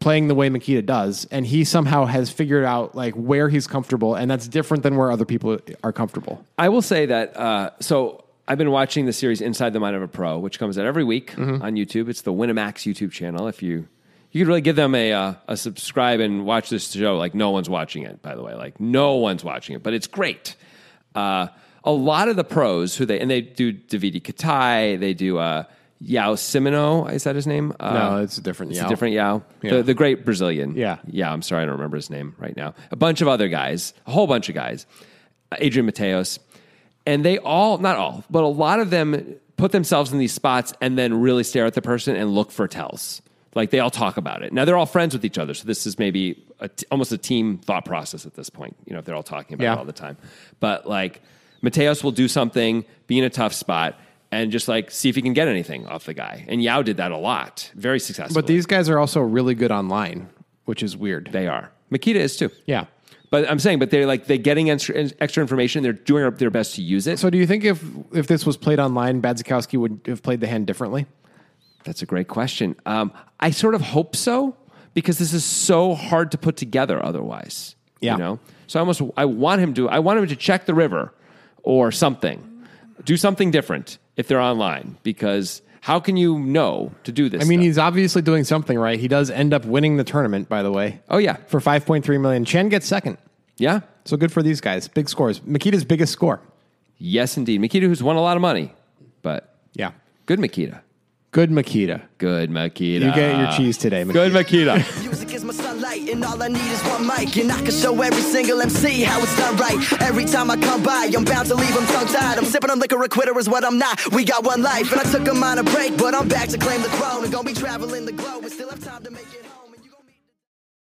Speaker 3: playing the way Makita does, and he somehow has figured out like where he's comfortable, and that's different than where other people are comfortable.
Speaker 1: I will say that. Uh, so I've been watching the series Inside the Mind of a Pro, which comes out every week
Speaker 3: Mm-hmm.
Speaker 1: on YouTube. It's the Winamax YouTube channel. If you you could really give them a uh, a subscribe and watch this show. Like no one's watching it, by the way. Like no one's watching it, but it's great. Uh, a lot of the pros who they and they do Davidi Katai, they do uh, Yao Simino. Is that his name? Uh,
Speaker 3: No, Oh, it's a different
Speaker 1: It's
Speaker 3: Yao.
Speaker 1: a different Yao. The, the great Brazilian.
Speaker 3: Yeah.
Speaker 1: Yeah, I'm sorry, I don't remember his name right now. A bunch of other guys, a whole bunch of guys, Adrian Mateos, and they all, not all, but a lot of them put themselves in these spots and then really stare at the person and look for tells. Like they all talk about it. Now they're all friends with each other, so this is maybe a t- almost a team thought process at this point. You know, if they're all talking about
Speaker 3: Yeah.
Speaker 1: it all the time, but like Mateos will do something, be in a tough spot. And just like see if he can get anything off the guy. And Yao did that a lot, very successfully.
Speaker 3: But these guys are also really good online, which is weird.
Speaker 1: They are. Makita is too.
Speaker 3: yeah.
Speaker 1: But I'm saying, but they're like they're getting extra, extra information. They're doing their best to use it.
Speaker 3: So do you think if if this was played online, Badzikowski would have played the hand differently?
Speaker 1: That's a great question. Um, I sort of hope so because this is so hard to put together otherwise.
Speaker 3: Yeah.
Speaker 1: You know? So I almost I want him to I want him to check the river or something. Do something different if they're online because how can you know to do this?
Speaker 3: I mean,
Speaker 1: stuff?
Speaker 3: he's obviously doing something right. He does end up winning the tournament, by the way.
Speaker 1: Oh yeah.
Speaker 3: For 5.3 million, Chen gets second.
Speaker 1: Yeah.
Speaker 3: So good for these guys. Big scores. Makita's biggest score.
Speaker 1: Yes indeed. Makita who's won a lot of money. But
Speaker 3: Yeah.
Speaker 1: good Makita.
Speaker 3: Good Makita. Uh,
Speaker 1: Good Makita.
Speaker 3: You get your cheese today, Makita.
Speaker 1: Good Makita.
Speaker 2: Music is my sunlight, and all I need is one mic. And I can show every single MC how it's done right. Every time I come by, I'm bound to leave them tongue tied. I'm sipping on liquor, a quitter is what I'm not. We got one life, and I took a minor break, but I'm back to claim the throne. And gonna be traveling the globe, and still have time to make it.